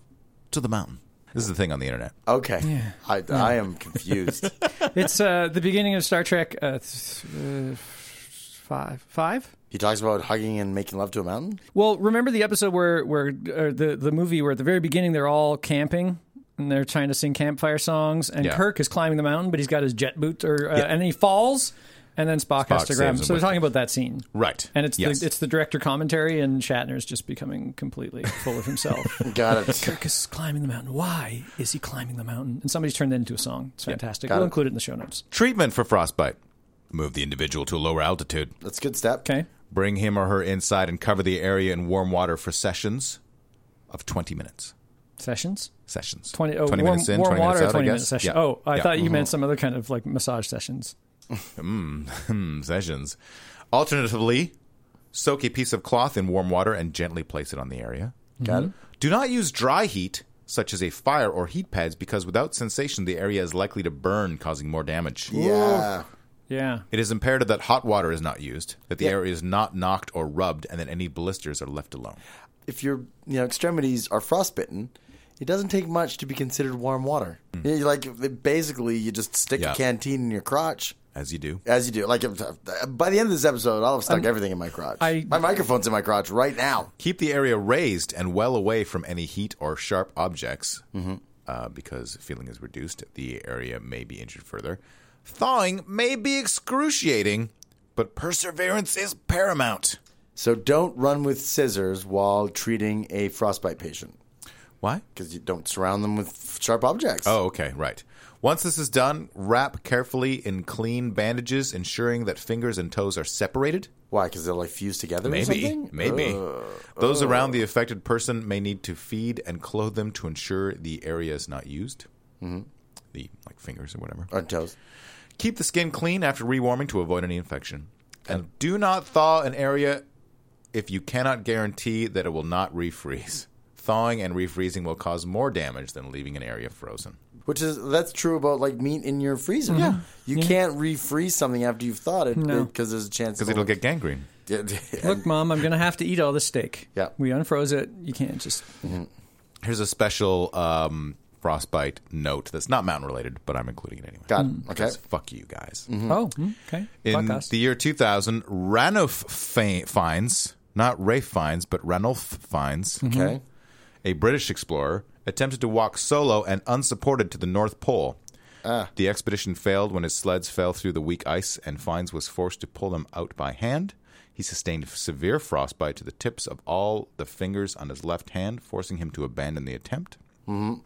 S4: to the mountain. This is the thing on the internet.
S5: Okay, I, I am confused.
S3: It's uh, the beginning of Star Trek uh, th- uh, five. Five.
S5: he talks about hugging and making love to a mountain.
S3: Well, remember the episode where where uh, the the movie where at the very beginning they're all camping and they're trying to sing campfire songs and
S4: Yeah.
S3: Kirk is climbing the mountain but he's got his jet boot or uh, and he falls and then Spock,
S4: Spock
S3: has to grab
S4: saves
S3: him.
S4: him
S3: So they're
S4: with
S3: talking about that scene.
S4: Right.
S3: And it's
S4: Yes.
S3: the, it's the director commentary and Shatner's just becoming completely full of himself.
S5: Got it.
S3: Kirk is climbing the mountain. Why is he climbing the mountain? And somebody's turned that into a song. It's fantastic.
S5: got
S3: we'll
S5: it.
S3: include it in the show notes.
S4: Treatment for frostbite. Move the individual to a lower altitude.
S5: That's a good step.
S3: Okay.
S4: Bring him or her inside and cover the area in warm water for sessions of 20 minutes.
S3: Sessions.
S4: Sessions.
S3: 20, oh,
S4: 20
S3: warm,
S4: minutes in,
S3: warm
S4: 20
S3: water,
S4: minutes out,
S3: 20
S4: I
S3: minute
S4: guess.
S3: session.
S4: Yeah.
S3: Oh, I
S4: Yeah. Mm-hmm.
S3: thought you meant some other kind of like massage sessions.
S4: Mm, sessions. Alternatively, soak a piece of cloth in warm water and gently place it on the area.
S3: Mm-hmm.
S5: Got it.
S4: Do not use dry heat, such as a fire or heat pads, because without sensation, the area is likely to burn, causing more damage.
S5: Yeah.
S3: Yeah.
S4: It is imperative that hot water is not used, that the area is not knocked or rubbed, and that any blisters are left alone.
S5: If your you know extremities are frostbitten, it doesn't take much to be considered warm water. You know, like basically, you just stick
S4: Yeah.
S5: a canteen in your crotch.
S4: As you do.
S5: As you do, like if- by the end of this episode, I'll have stuck everything in my crotch.
S3: I-
S5: my microphone's in my crotch right now.
S4: Keep the area raised and well away from any heat or sharp objects, uh, because feeling is reduced. The area may be injured further. Thawing may be excruciating, but perseverance is paramount.
S5: So don't run with scissors while treating a frostbite patient
S4: Why?
S5: because you don't surround them with sharp objects.
S4: Oh, okay, right. Once this is done, wrap carefully in clean bandages, ensuring that fingers and toes are separated.
S5: why? Because they'll like fuse together. or
S4: Maybe,
S5: something? Uh,
S4: maybe. Those around the affected person may need to feed and clothe them to ensure the area is not used.
S5: Mm-hmm.
S4: The like fingers or whatever. Uh,
S5: on toes.
S4: Keep the skin clean after rewarming to avoid any infection. And do not thaw an area if you cannot guarantee that it will not refreeze. Thawing and refreezing will cause more damage than leaving an area frozen.
S5: Which is that's true about like meat in your freezer. Yeah, you can't refreeze something after you've thawed it
S3: Mm-hmm. No.
S5: because there's a chance
S4: Because it'll get gangrene.
S5: get.
S3: Look, Mom, I'm going to have to eat all the steak.
S5: Yeah.
S3: We unfroze it. You can't just.
S4: Here's a special um, frostbite note that's not mountain related, but I'm including it anyway.
S5: Got it.
S3: mm.
S5: Okay.
S4: Because Fuck you guys.
S3: Oh, okay.
S4: Mm-hmm. In
S3: Fuck us.
S4: the year 2000, Ranulph fi- finds, not Rafe finds, but Ranulph finds,
S5: Okay.
S3: Mm-hmm.
S4: a British explorer, attempted to walk solo and unsupported to the North Pole. The expedition failed when his sleds fell through the weak ice, and Fines was forced to pull them out by hand. He sustained severe frostbite to the tips of all the fingers on his left hand, forcing him to abandon the attempt. On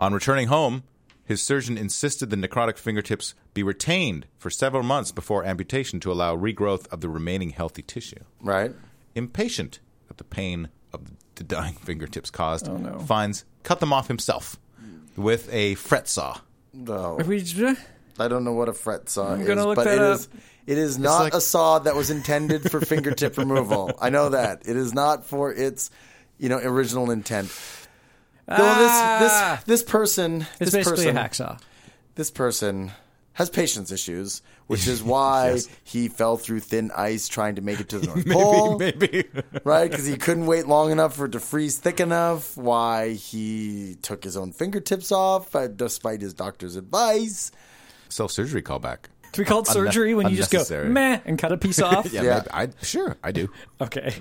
S4: returning home, his surgeon insisted the necrotic fingertips be retained for several months before amputation to allow regrowth of the remaining healthy tissue
S5: Right.
S4: impatient at the pain of the dying fingertips caused,
S5: Oh,
S4: finds cut them off himself with a fret saw.
S5: No,
S3: Are we- uh,
S5: I don't know what a fret saw is,
S3: gonna look
S5: but
S3: that
S5: it
S3: up.
S5: is it is not
S4: like-
S5: a saw that was intended for fingertip removal. I know that it is not for its you know original intent. Though this
S3: Ah.
S5: this this person
S3: It's
S5: this
S3: basically
S5: person,
S3: a hacksaw.
S5: this person has patience issues, which is why he fell through thin ice trying to make it to the North Pole,
S4: Maybe.
S5: right? Because he couldn't wait long enough for it to freeze thick enough. Why he took his own fingertips off uh, despite his doctor's advice.
S4: Self surgery callback.
S3: To be called surgery when you just go
S4: unnecessary.
S3: meh and cut a piece off.
S4: Yeah,
S5: Yeah.
S4: maybe. I, sure, I do.
S3: Okay.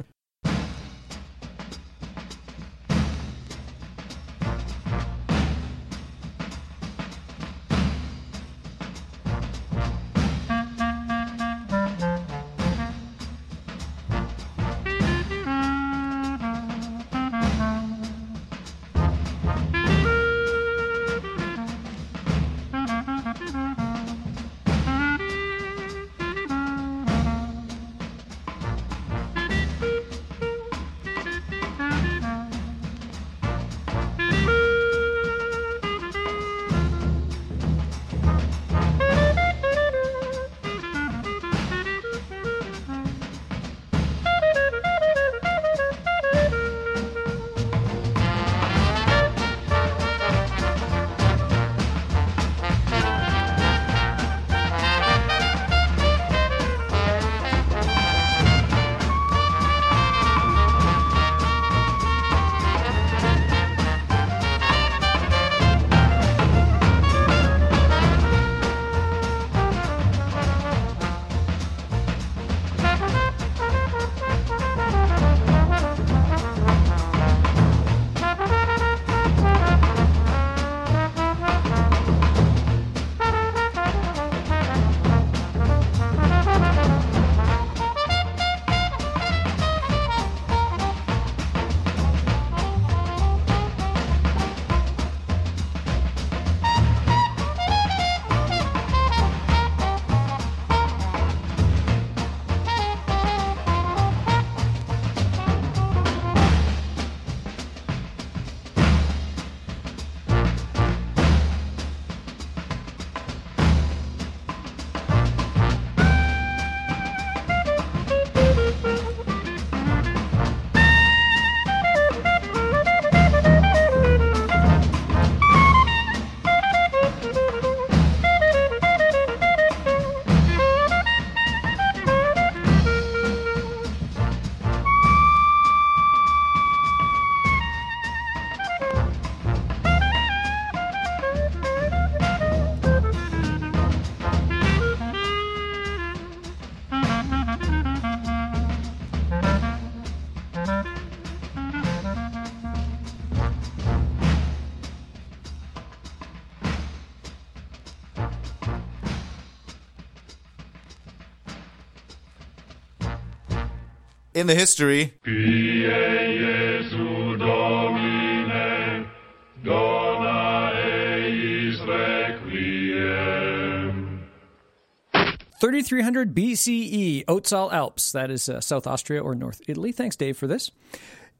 S4: in the history.
S3: Thirty three hundred BCE, Otzal Alps. That is uh, South Austria or North Italy. Thanks, Dave, for this.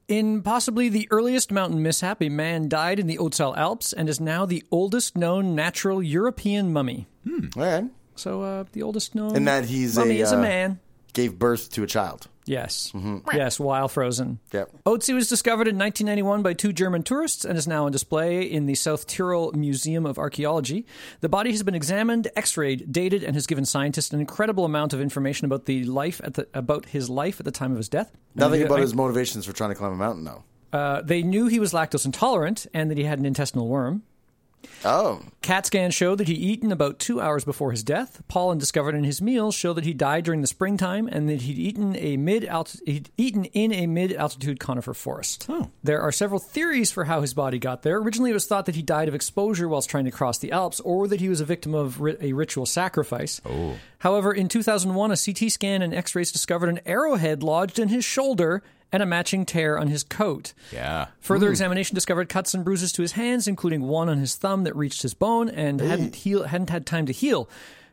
S3: In possibly the earliest mountain mishap, a man died in the Otzal Alps and is now the oldest known natural European mummy.
S5: All right.
S3: So uh, the oldest known
S5: And that he's a,
S3: mummy is a
S5: uh,
S3: man.
S5: Gave birth to a child.
S3: Yes. Yes, while frozen.
S5: Yep.
S3: Otzi was discovered in 1991 by two German tourists and is now on display in the South Tyrol Museum of Archaeology. The body has been examined, x-rayed, dated, and has given scientists an incredible amount of information about the life at the about his life at the time of his death.
S5: Nothing
S3: And,
S5: about
S3: uh,
S5: his motivations for trying to climb a mountain, though.
S3: uh, they knew he was lactose intolerant and that he had an intestinal worm.
S5: Oh,
S3: CAT scans show that he eaten about two hours before his death. Pollen discovered in his meals show that he died during the springtime and that he'd eaten a mid alt- he'd eaten in a mid altitude conifer forest.
S4: Oh.
S3: There are several theories for how his body got there. Originally, it was thought that he died of exposure whilst trying to cross the Alps, or that he was a victim of ri- a ritual sacrifice. However, in 2001, a CT scan and X-rays discovered an arrowhead lodged in his shoulder and a matching tear on his coat.
S4: Yeah.
S3: Further examination discovered cuts and bruises to his hands, including one on his thumb that reached his bone and hadn't, heal, hadn't had time to heal.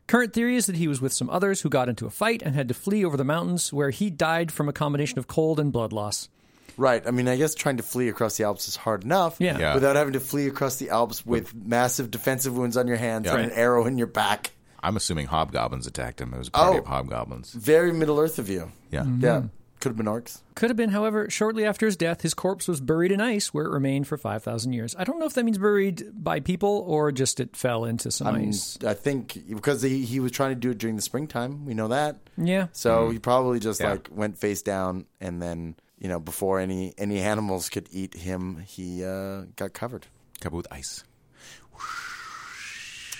S3: Current theory is that he was with some others who got into a fight and had to flee over the mountains, where he died from a combination of cold and blood loss.
S5: right. I mean, I guess trying to flee across the Alps is hard enough.
S3: Yeah. Yeah.
S5: Without having to flee across the Alps with massive defensive wounds on your hands and an arrow in your back.
S4: I'm assuming hobgoblins attacked him. It was a
S5: Oh.
S4: party of hobgoblins.
S5: Very Middle Earth of you.
S4: Yeah.
S5: Yeah. Could have been orcs.
S3: Could have been, however, shortly after his death, his corpse was buried in ice, where it remained for 5,000 years. I don't know if that means buried by people or just it fell into some ice.
S5: I think because he, he was trying to do it during the springtime. We know that.
S3: Yeah.
S5: So he probably just
S4: Yeah.
S5: like went face down and then, you know, before any any animals could eat him, he uh, got covered.
S4: Covered with ice.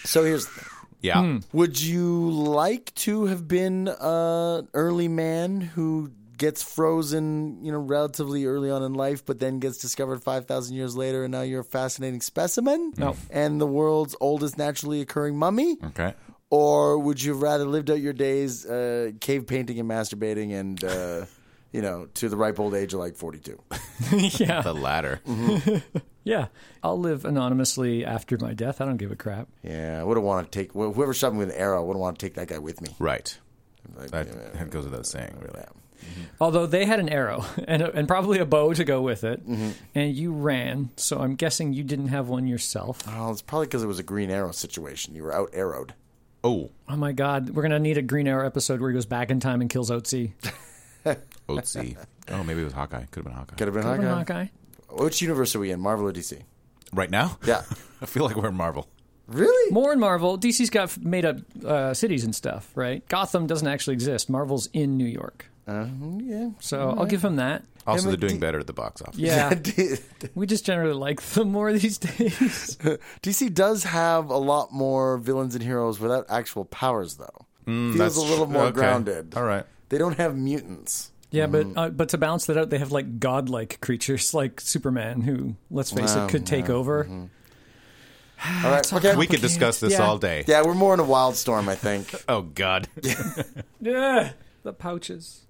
S5: So here's the thing.
S4: Yeah.
S5: Would you like to have been an early man who gets frozen, you know, relatively early on in life, but then gets discovered 5,000 years later, and now you're a fascinating specimen?
S3: No.
S5: And the world's oldest naturally occurring mummy?
S4: Okay.
S5: Or would you have rather lived out your days uh, cave painting and masturbating and, uh, you know, to the ripe old age of like 42?
S3: yeah.
S4: The latter.
S5: Mm-hmm.
S3: Yeah. I'll live anonymously after my death. I don't give a crap.
S5: Yeah, I would have wanted to take, wh- whoever shot me with an arrow, I would have wanted to take that guy with me.
S4: Right.
S5: Like,
S4: That,
S5: yeah,
S4: that goes without saying, really.
S3: Although they had an arrow and, and probably a bow to go with it,
S5: Mm-hmm.
S3: and you ran, so I'm guessing you didn't have one yourself.
S5: Well, it's probably because it was a green arrow situation. You were out arrowed.
S4: Oh,
S3: Oh my god, we're gonna need a Green Arrow episode where he goes back in time and kills Otzi.
S4: Otzi. oh, maybe it was Hawkeye. Could have been Hawkeye.
S5: Could have been
S3: Remember
S5: Hawkeye.
S3: Hawkeye?
S5: Which universe are we in? Marvel or DC?
S4: Right now?
S5: Yeah.
S4: I feel like we're in Marvel.
S5: Really?
S3: More in Marvel, DC's got f- made up uh, cities and stuff, right? Gotham doesn't actually exist. Marvel's in New York,
S5: Uh, Yeah.
S3: so I'll give him that.
S4: Also,
S5: but
S4: they're doing
S5: D-
S4: better at the box office.
S3: Yeah,
S5: D-
S3: we just generally like them more these days.
S5: DC does have a lot more villains and heroes without actual powers, though. Feels a
S4: Hmm, That's
S5: little
S4: tr-
S5: more
S4: okay.
S5: grounded.
S4: All right.
S5: They don't have mutants.
S3: yeah,
S5: Mm.
S3: but uh, but to balance that out, they have like godlike creatures like Superman, who let's face it, could take over.
S5: Mm-hmm.
S3: Ah,
S5: All right.
S3: all
S5: Okay.
S4: We could discuss this
S3: Yeah.
S4: all day.
S5: yeah, we're more in a wild storm, I think.
S4: Oh, God.
S3: Yeah, the pouches.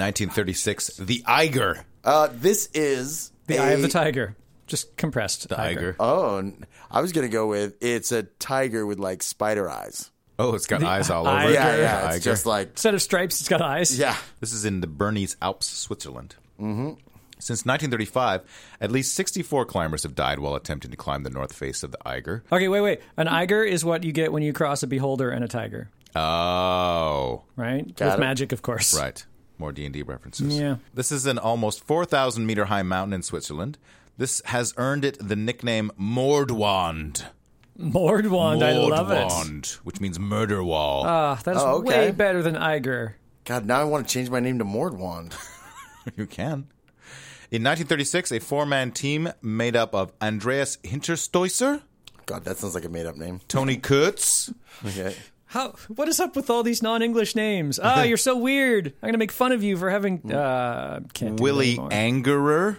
S4: 1936, The Iger.
S5: Uh, this is
S3: The
S5: a-
S3: eye of the tiger, just compressed.
S4: The Iger.
S5: Oh, n- I was gonna go with it's a tiger with like spider eyes.
S4: Oh, it's got eyes all over
S3: Iger.
S4: it.
S5: Yeah,
S3: Okay.
S5: yeah. It's
S4: Iger.
S5: just like
S3: Instead of stripes, it's got eyes.
S5: yeah.
S4: This is in the Bernese Alps, Switzerland. Mm-hmm. Since 1935, at least 64 climbers have died while attempting to climb the north face of the Eiger.
S3: Okay, wait, wait. An Iger is what you get when you cross a beholder and a tiger,
S4: Oh,
S3: right?
S5: Got
S3: With
S5: it.
S3: magic, of course.
S4: right. More D&D references.
S3: Yeah.
S4: This is an almost 4,000 meter high mountain in Switzerland. This has earned it the nickname Mordwand.
S3: Mordwand, I love it.
S4: Mordwand, which means murder wall.
S3: Ah, that's
S5: Oh, okay.
S3: way better than Iger.
S5: God, now I want to change my name to Mordwand.
S4: You can. In 1936, a four-man team made up of Andreas Hinterstoisser,
S5: God, that sounds like a made up name.
S4: Tony Kurtz,
S5: Okay.
S3: How? What is up with all these non-English names? Ah, you're so weird. I'm gonna make fun of you for having. Uh, can't do that
S4: Willie
S3: anymore.
S4: Angerer.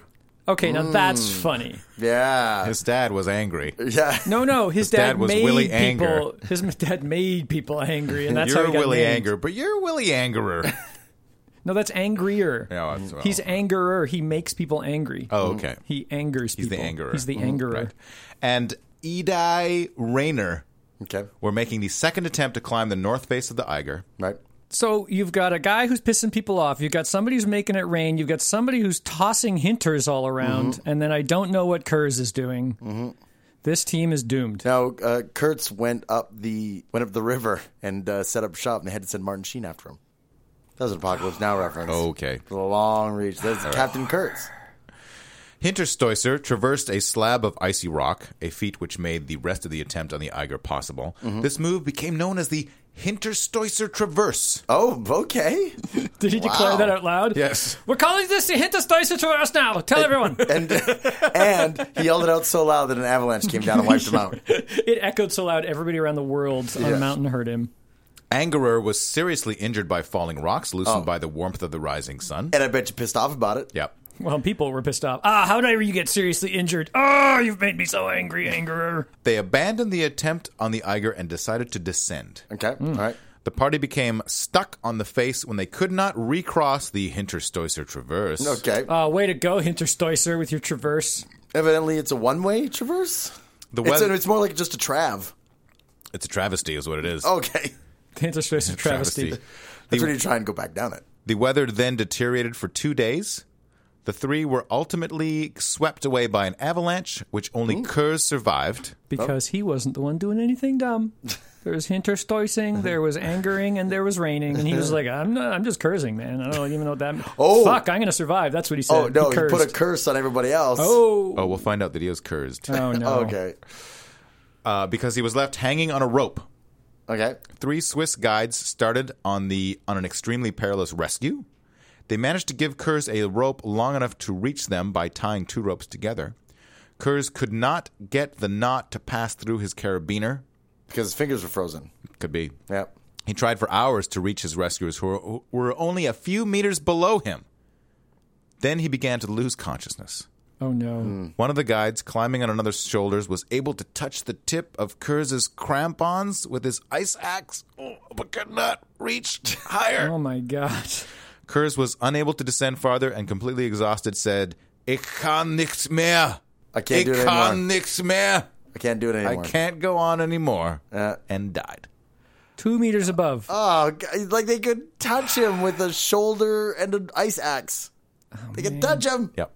S3: Okay, now that's funny.
S5: Yeah.
S4: His dad was angry.
S5: Yeah.
S3: No, no, his, dad,
S4: dad was
S3: made
S4: Willy
S3: people. His dad made people angry, and that's how
S4: you're
S3: he got
S4: Willie
S3: named.
S4: Anger, but you're Willie Angerer.
S3: No, that's angrier.
S4: Yeah, well, that's- well,
S3: He's angerer. He makes people angry.
S4: Oh, okay.
S3: He angers
S4: He's the
S3: people.
S4: angerer.
S3: He's the
S4: Mhm.
S3: angerer.
S4: Right. And Edai Rayner
S5: Okay.
S4: were making the second attempt to climb the north face of the Eiger.
S5: Right.
S3: So you've got a guy who's pissing people off. You've got somebody who's making it rain. You've got somebody who's tossing hinters all around.
S4: Mm-hmm.
S3: And then I don't know what Kurz is doing. This team is doomed.
S5: Now, uh, Kurtz went up the went up the river and uh, set up shop, and they had to send Martin Sheen after him. That was an Apocalypse Now reference.
S4: Okay.
S5: The long reach. That's Captain Kurtz.
S4: Hinterstoicer traversed a slab of icy rock, a feat which made the rest of the attempt on the Eiger possible.
S5: Mm-hmm.
S4: This move became known as the Hinterstoicer Traverse.
S5: Oh, okay.
S3: Did he declare that out loud?
S4: Yes.
S3: We're calling this the Hinterstoicer Traverse now. Tell everyone.
S5: And and he yelled it out so loud that an avalanche came down and wiped him out.
S3: it echoed so loud, everybody around the world on the
S5: Yes.
S3: mountain heard him.
S4: Angerer was seriously injured by falling rocks loosened by the warmth of the rising sun.
S5: Oh. And I bet you pissed off about it.
S4: Yep.
S3: Well, people were pissed off. Ah, how dare you get seriously injured? Oh, you've made me so angry, angerer.
S4: They abandoned the attempt on the Eiger and decided to descend.
S5: Okay. All right.
S4: The party became stuck on the face when they could not recross the Hinterstoicer Traverse.
S5: Okay.
S3: Uh, way to go, Hinterstoicer, with your traverse.
S5: Evidently, it's a one way traverse.
S4: The
S5: It's,
S4: weather,
S5: it's more like just a trav.
S4: it's a travesty, is what it is.
S5: Okay.
S3: Hinterstoicer travesty.
S5: Oh.
S3: travesty.
S5: That's when you try and go back down it.
S4: The weather then deteriorated for two days. The three were ultimately swept away by an avalanche, which only Kurz survived.
S3: Because he wasn't the one doing anything dumb. There was hinterstoicing, there was angering, and there was raining. And he was like, I'm, not, I'm just cursing, man. I don't even know what that means.
S5: Oh.
S3: Fuck, I'm going to survive. That's what he said.
S5: Oh, no.
S3: He
S5: You put a
S3: cursed.
S5: curse on everybody else.
S3: Oh.
S4: Oh, we'll find out that he was Kurzed.
S3: Oh, no.
S5: Okay.
S4: Uh, because he was left hanging on a rope.
S5: Okay.
S4: Three Swiss guides started on the on an extremely perilous rescue. They managed to give Kurz a rope long enough to reach them by tying two ropes together. Kurz could not get the knot to pass through his carabiner.
S5: Because his fingers were frozen.
S4: Could be.
S5: Yep.
S4: He tried for hours to reach his rescuers, who were, who were only a few meters below him. Then he began to lose consciousness.
S3: Oh, no.
S5: Hmm.
S4: One of the guides, climbing on another's shoulders, was able to touch the tip of Kurz's crampons with his ice axe, oh, but could not reach higher.
S3: Oh, my God.
S4: Kurz was unable to descend farther and completely exhausted said, Ich kann nichts mehr.
S5: I can't
S4: ich
S5: do it
S4: kann
S5: anymore."
S4: nichts mehr.
S5: I can't do it
S4: I
S5: anymore.
S4: can't go on anymore.
S5: Uh,
S4: and died.
S3: Two meters above.
S5: Oh, g- like they could touch him with a shoulder and an ice axe.
S3: Oh,
S5: they could touch him.
S4: Yep.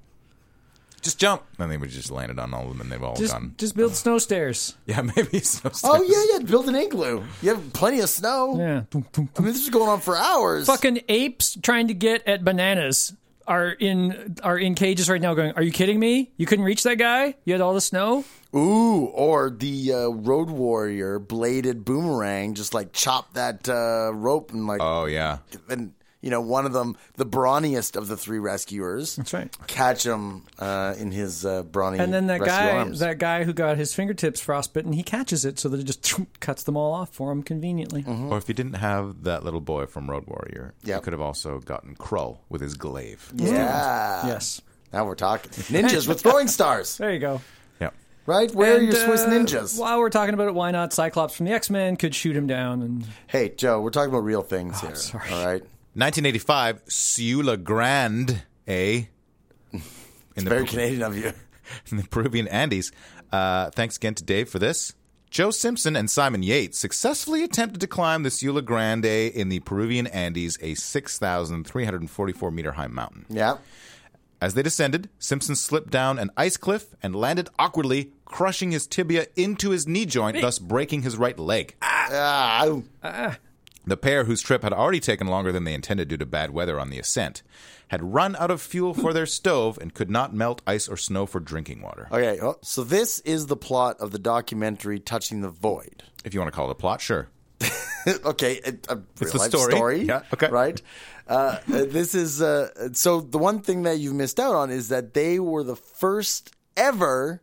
S4: Just jump. And they would just landed on all of them and they've all
S3: just,
S4: gone.
S3: just build snow stairs.
S4: Yeah, maybe so.
S5: Oh yeah, yeah. Build an igloo. You have plenty of snow.
S3: Yeah. Boom, boom,
S5: I mean, this is going on for hours.
S3: fucking apes trying to get at bananas are in are in cages right now going are you kidding me you couldn't reach that guy you had all the snow
S5: Ooh, or the uh, road warrior bladed boomerang just like chop that uh, rope and like
S4: Oh yeah.
S5: and you know one of them, the brawniest of the three rescuers,
S3: that's right
S5: catch him uh, in his uh, brawny
S3: and then that
S5: rescue
S3: guy
S5: arms.
S3: that guy who got his fingertips frostbitten he catches it so that it just cuts them all off for him conveniently
S5: Mm-hmm.
S4: Or if you didn't have that little boy from Road Warrior, you
S5: Yep.
S4: could have also gotten Krull with his glaive.
S5: yeah.
S3: yes
S5: Now we're talking ninjas with throwing stars.
S3: Ah, there you go
S4: Yeah.
S5: Right? Where are
S3: And,
S5: your Swiss
S3: uh,
S5: ninjas?
S3: while we're talking about it why not cyclops from the x-men could shoot him down and
S5: Hey, Joe, we're talking about real things here. All right.
S4: 1985, Siula Grande, eh? In the,
S5: Very
S4: Peru-
S5: Canadian of you.
S4: in the Peruvian Andes. Uh, thanks again to Dave for this. Joe Simpson and Simon Yates successfully attempted to climb the Siula Grande in the Peruvian Andes, a 6,344 meter high mountain.
S5: Yeah.
S4: As they descended, Simpson slipped down an ice cliff and landed awkwardly, crushing his tibia into his knee joint, thus breaking his right leg.
S5: Ah, ow.
S4: The pair, whose trip had already taken longer than they intended due to bad weather on the ascent, had run out of fuel for their stove and could not melt ice or snow for drinking water.
S5: okay. oh, so this is the plot of the documentary Touching the Void.
S4: If you want to call it a plot, sure.
S5: okay, it, a real
S4: the
S5: life
S4: story.
S5: story.
S4: Yeah, okay.
S5: Right. Uh, uh, this is uh, so. The one thing that you missed out on is that they were the first ever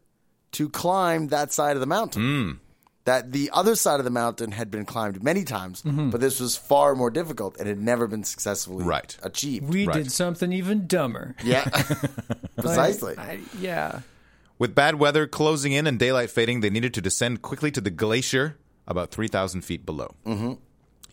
S5: to climb that side of the mountain.
S4: Hmm.
S5: That the other side of the mountain had been climbed many times,
S4: Mm-hmm.
S5: but this was far more difficult and had never been successfully
S4: Right.
S5: achieved.
S3: we
S4: Right.
S3: did something even dumber
S5: yeah, precisely.
S3: I- yeah
S4: With bad weather closing in and daylight fading, they needed to descend quickly to the glacier about 3,000 feet below. Mm-hmm.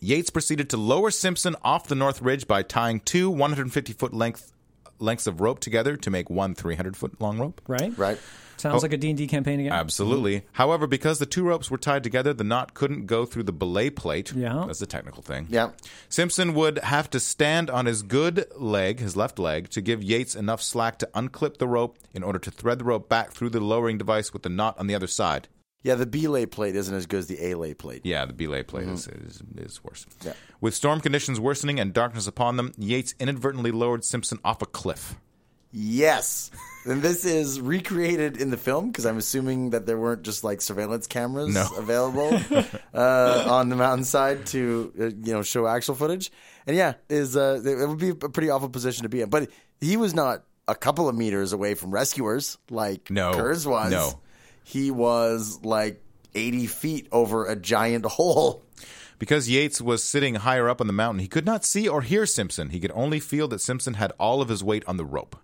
S4: Yates proceeded to lower Simpson off the north ridge by tying two 150 foot length lengths of rope together to make one 300 foot long rope.
S3: right?
S5: Right.
S3: Sounds
S4: Oh.
S3: like a D&D campaign again.
S4: Absolutely. However, because the two ropes were tied together, the knot couldn't go through the belay plate.
S3: Yeah.
S4: That's the technical thing.
S5: Yeah.
S4: Simpson would have to stand on his good leg, his left leg, to give Yates enough slack to unclip the rope in order to thread the rope back through the lowering device with the knot on the other side.
S5: Yeah, the B lay plate isn't as good as the A lay plate.
S4: Yeah, the belay plate is, is, is worse.
S5: Yeah.
S4: With storm conditions worsening and darkness upon them, Yates inadvertently lowered Simpson off a cliff.
S5: Yes. and this is recreated in the film because I'm assuming that there weren't just like surveillance cameras
S4: No.
S5: available uh, on the mountainside to uh, you know show actual footage. And yeah, is uh, it would be a pretty awful position to be in. But he was not a couple of meters away from rescuers like
S4: No.
S5: Kurz was.
S4: No.
S5: He was like 80 feet over a giant hole.
S4: Because Yates was sitting higher up on the mountain, he could not see or hear Simpson. He could only feel that Simpson had all of his weight on the rope.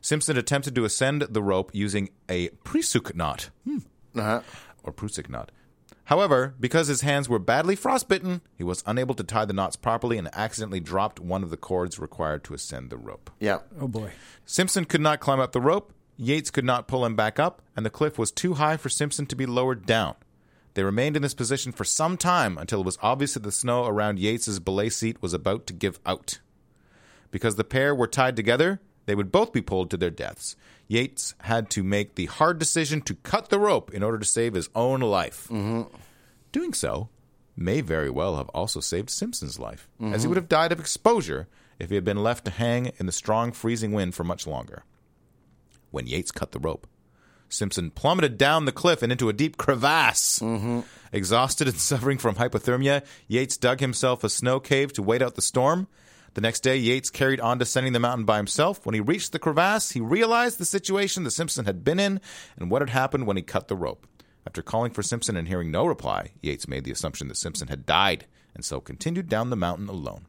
S4: Simpson attempted to ascend the rope using a prusik knot. Hmm. Or prusik knot. However, because his hands were badly frostbitten, he was unable to tie the knots properly and accidentally dropped one of the cords required to ascend the rope.
S5: Yeah.
S3: Oh boy.
S4: Simpson could not climb up the rope, Yates could not pull him back up, and the cliff was too high for Simpson to be lowered down. They remained in this position for some time until it was obvious that the snow around Yates's belay seat was about to give out. Because the pair were tied together, they would both be pulled to their deaths. Yates had to make the hard decision to cut the rope in order to save his own life. Doing so may very well have also saved Simpson's life, as he would have died of exposure if he had been left to hang in the strong freezing wind for much longer. When Yates cut the rope, Simpson plummeted down the cliff and into a deep crevasse. Exhausted and suffering from hypothermia, Yates dug himself a snow cave to wait out the storm. The next day, Yates carried on descending the mountain by himself. When he reached the crevasse, he realized the situation the Simpson had been in and what had happened when he cut the rope. After calling for Simpson and hearing no reply, Yates made the assumption that Simpson had died and so continued down the mountain alone.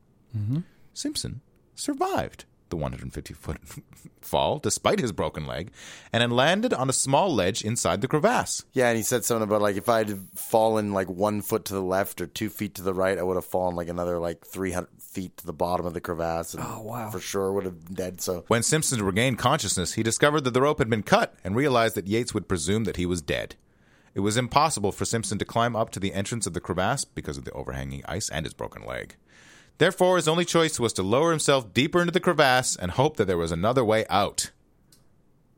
S4: Simpson survived the 150 foot fall despite his broken leg and had landed on a small ledge inside the crevasse.
S5: Yeah, and he said something about like if I had fallen like one foot to the left or two feet to the right, I would have fallen like another like three hundred feet to the bottom of the crevasse. And oh
S3: wow.
S5: for sure would have been dead. So
S4: When Simpson regained consciousness, he discovered that the rope had been cut and realized that Yates would presume that he was dead. It was impossible for Simpson to climb up to the entrance of the crevasse because of the overhanging ice and his broken leg. Therefore, his only choice was to lower himself deeper into the crevasse and hope that there was another way out.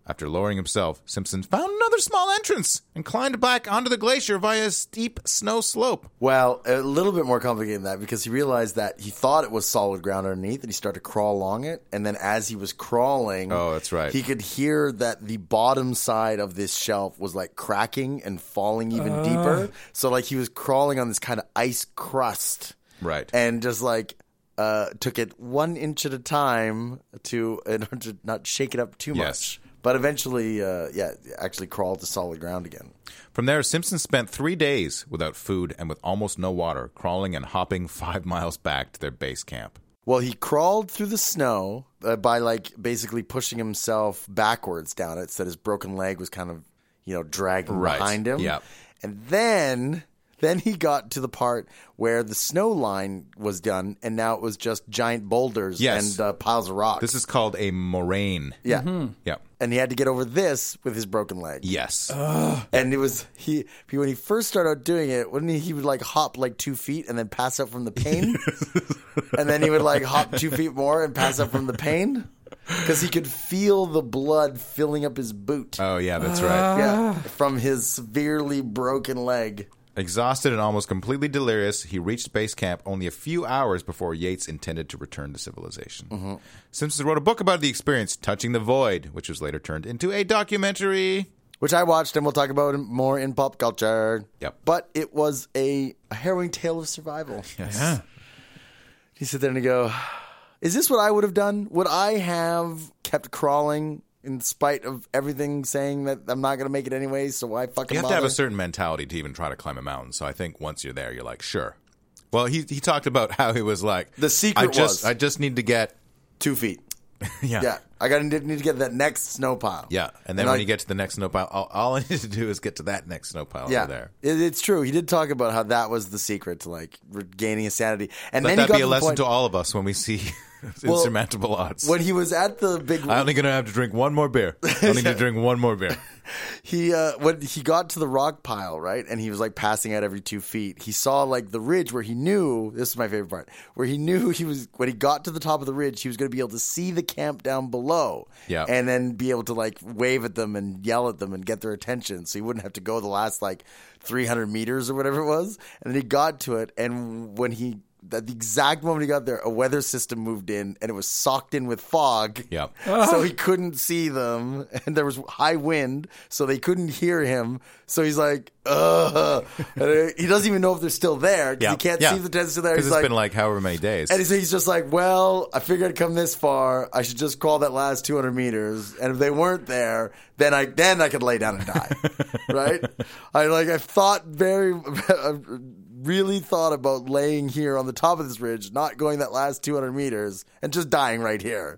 S4: After lowering himself, Simpson found another small entrance and climbed back onto the glacier via a steep snow slope.
S5: well, a little bit more complicated than that because he realized that he thought it was solid ground underneath, and he started to crawl along it. And then as he was crawling,
S4: Oh, that's right.
S5: he could hear that the bottom side of this shelf was like cracking and falling even deeper. So like he was crawling on this kind of ice crust.
S4: Right.
S5: and just like uh, took it one inch at a time to in order to not shake it up too
S4: Yes.
S5: much. But eventually, uh, yeah, actually crawled to solid ground again.
S4: From there, Simpson spent three days without food and with almost no water, crawling and hopping five miles back to their base camp.
S5: Well, he crawled through the snow uh, by like basically pushing himself backwards down it, so that his broken leg was kind of you know dragging
S4: Right.
S5: behind him.
S4: Yep.
S5: And then, then he got to the part where the snow line was done, and now it was just giant boulders
S4: Yes.
S5: and uh, piles of rocks.
S4: This is called a moraine.
S5: yeah.
S4: Yeah.
S5: And he had to get over this with his broken leg.
S4: Yes.
S5: And it was he he- when he first started out doing it, wouldn't he, he would like hop like two feet and then pass out from the pain, and then he would like hop two feet more and pass out from the pain because he could feel the blood filling up his boot.
S4: oh, yeah, that's right.
S5: yeah, from his severely broken leg.
S4: Exhausted and almost completely delirious, he reached base camp only a few hours before Yates intended to return to civilization. Simpson wrote a book about the experience, Touching the Void, which was later turned into a documentary.
S5: Which I watched, and we'll talk about it more in pop culture.
S4: Yep.
S5: But it was a, a harrowing tale of survival.
S4: Yeah.
S5: He sit there and he'd go, Is this what I would have done? Would I have kept crawling in spite of everything saying that I'm not going to make it anyway? So why fucking
S4: You have to
S5: bother?
S4: have a certain mentality to even try to climb a mountain. So I think once you're there, you're like, sure. Well, he he talked about how he was like
S5: The secret
S4: I just
S5: was-
S4: I just need to get
S5: Two feet.
S4: yeah,
S5: Yeah. I got to need to get that next snow pile.
S4: Yeah, and then when you get to the next snow pile, all, all I need to do is get to that next snow pile
S5: yeah,
S4: over there.
S5: It, it's true. He did talk about how that was the secret to like regaining his sanity. And
S4: Let
S5: then he
S4: that
S5: got
S4: be
S5: to
S4: a
S5: the
S4: lesson
S5: point,
S4: to all of us when we see insurmountable odds.
S5: when he was at the big.
S4: I'm only going to have to drink one more beer. I only need to drink one more beer.
S5: he uh, when he got to the rock pile, right, and he was like passing out every two feet. He saw like the ridge where he knew this is my favorite part, where he knew he was when he got to the top of the ridge, he was going to be able to see the camp down below,
S4: Yeah.
S5: and then be able to like wave at them and yell at them and get their attention, so he wouldn't have to go the last like 300 meters or whatever it was. And then he got to it, and when he at the exact moment he got there, a weather system moved in and it was socked in with fog.
S4: Yeah.
S5: So he couldn't see them, and there was high wind, so they couldn't hear him. So he's like, "Ugh," and uh, he doesn't even know if they're still there because
S4: Yeah,
S5: he can't
S4: yeah.
S5: see the tents still there.
S4: Because
S5: He's
S4: it's
S5: like,
S4: been like however many days.
S5: and so he's just like, "Well, I figured I'd come this far. I should just crawl that last 200 meters, and if they weren't there, then I then I could lay down and die, right? I like I thought very, I really thought about laying here on the top of this ridge, not going that last 200 meters, and just dying right here."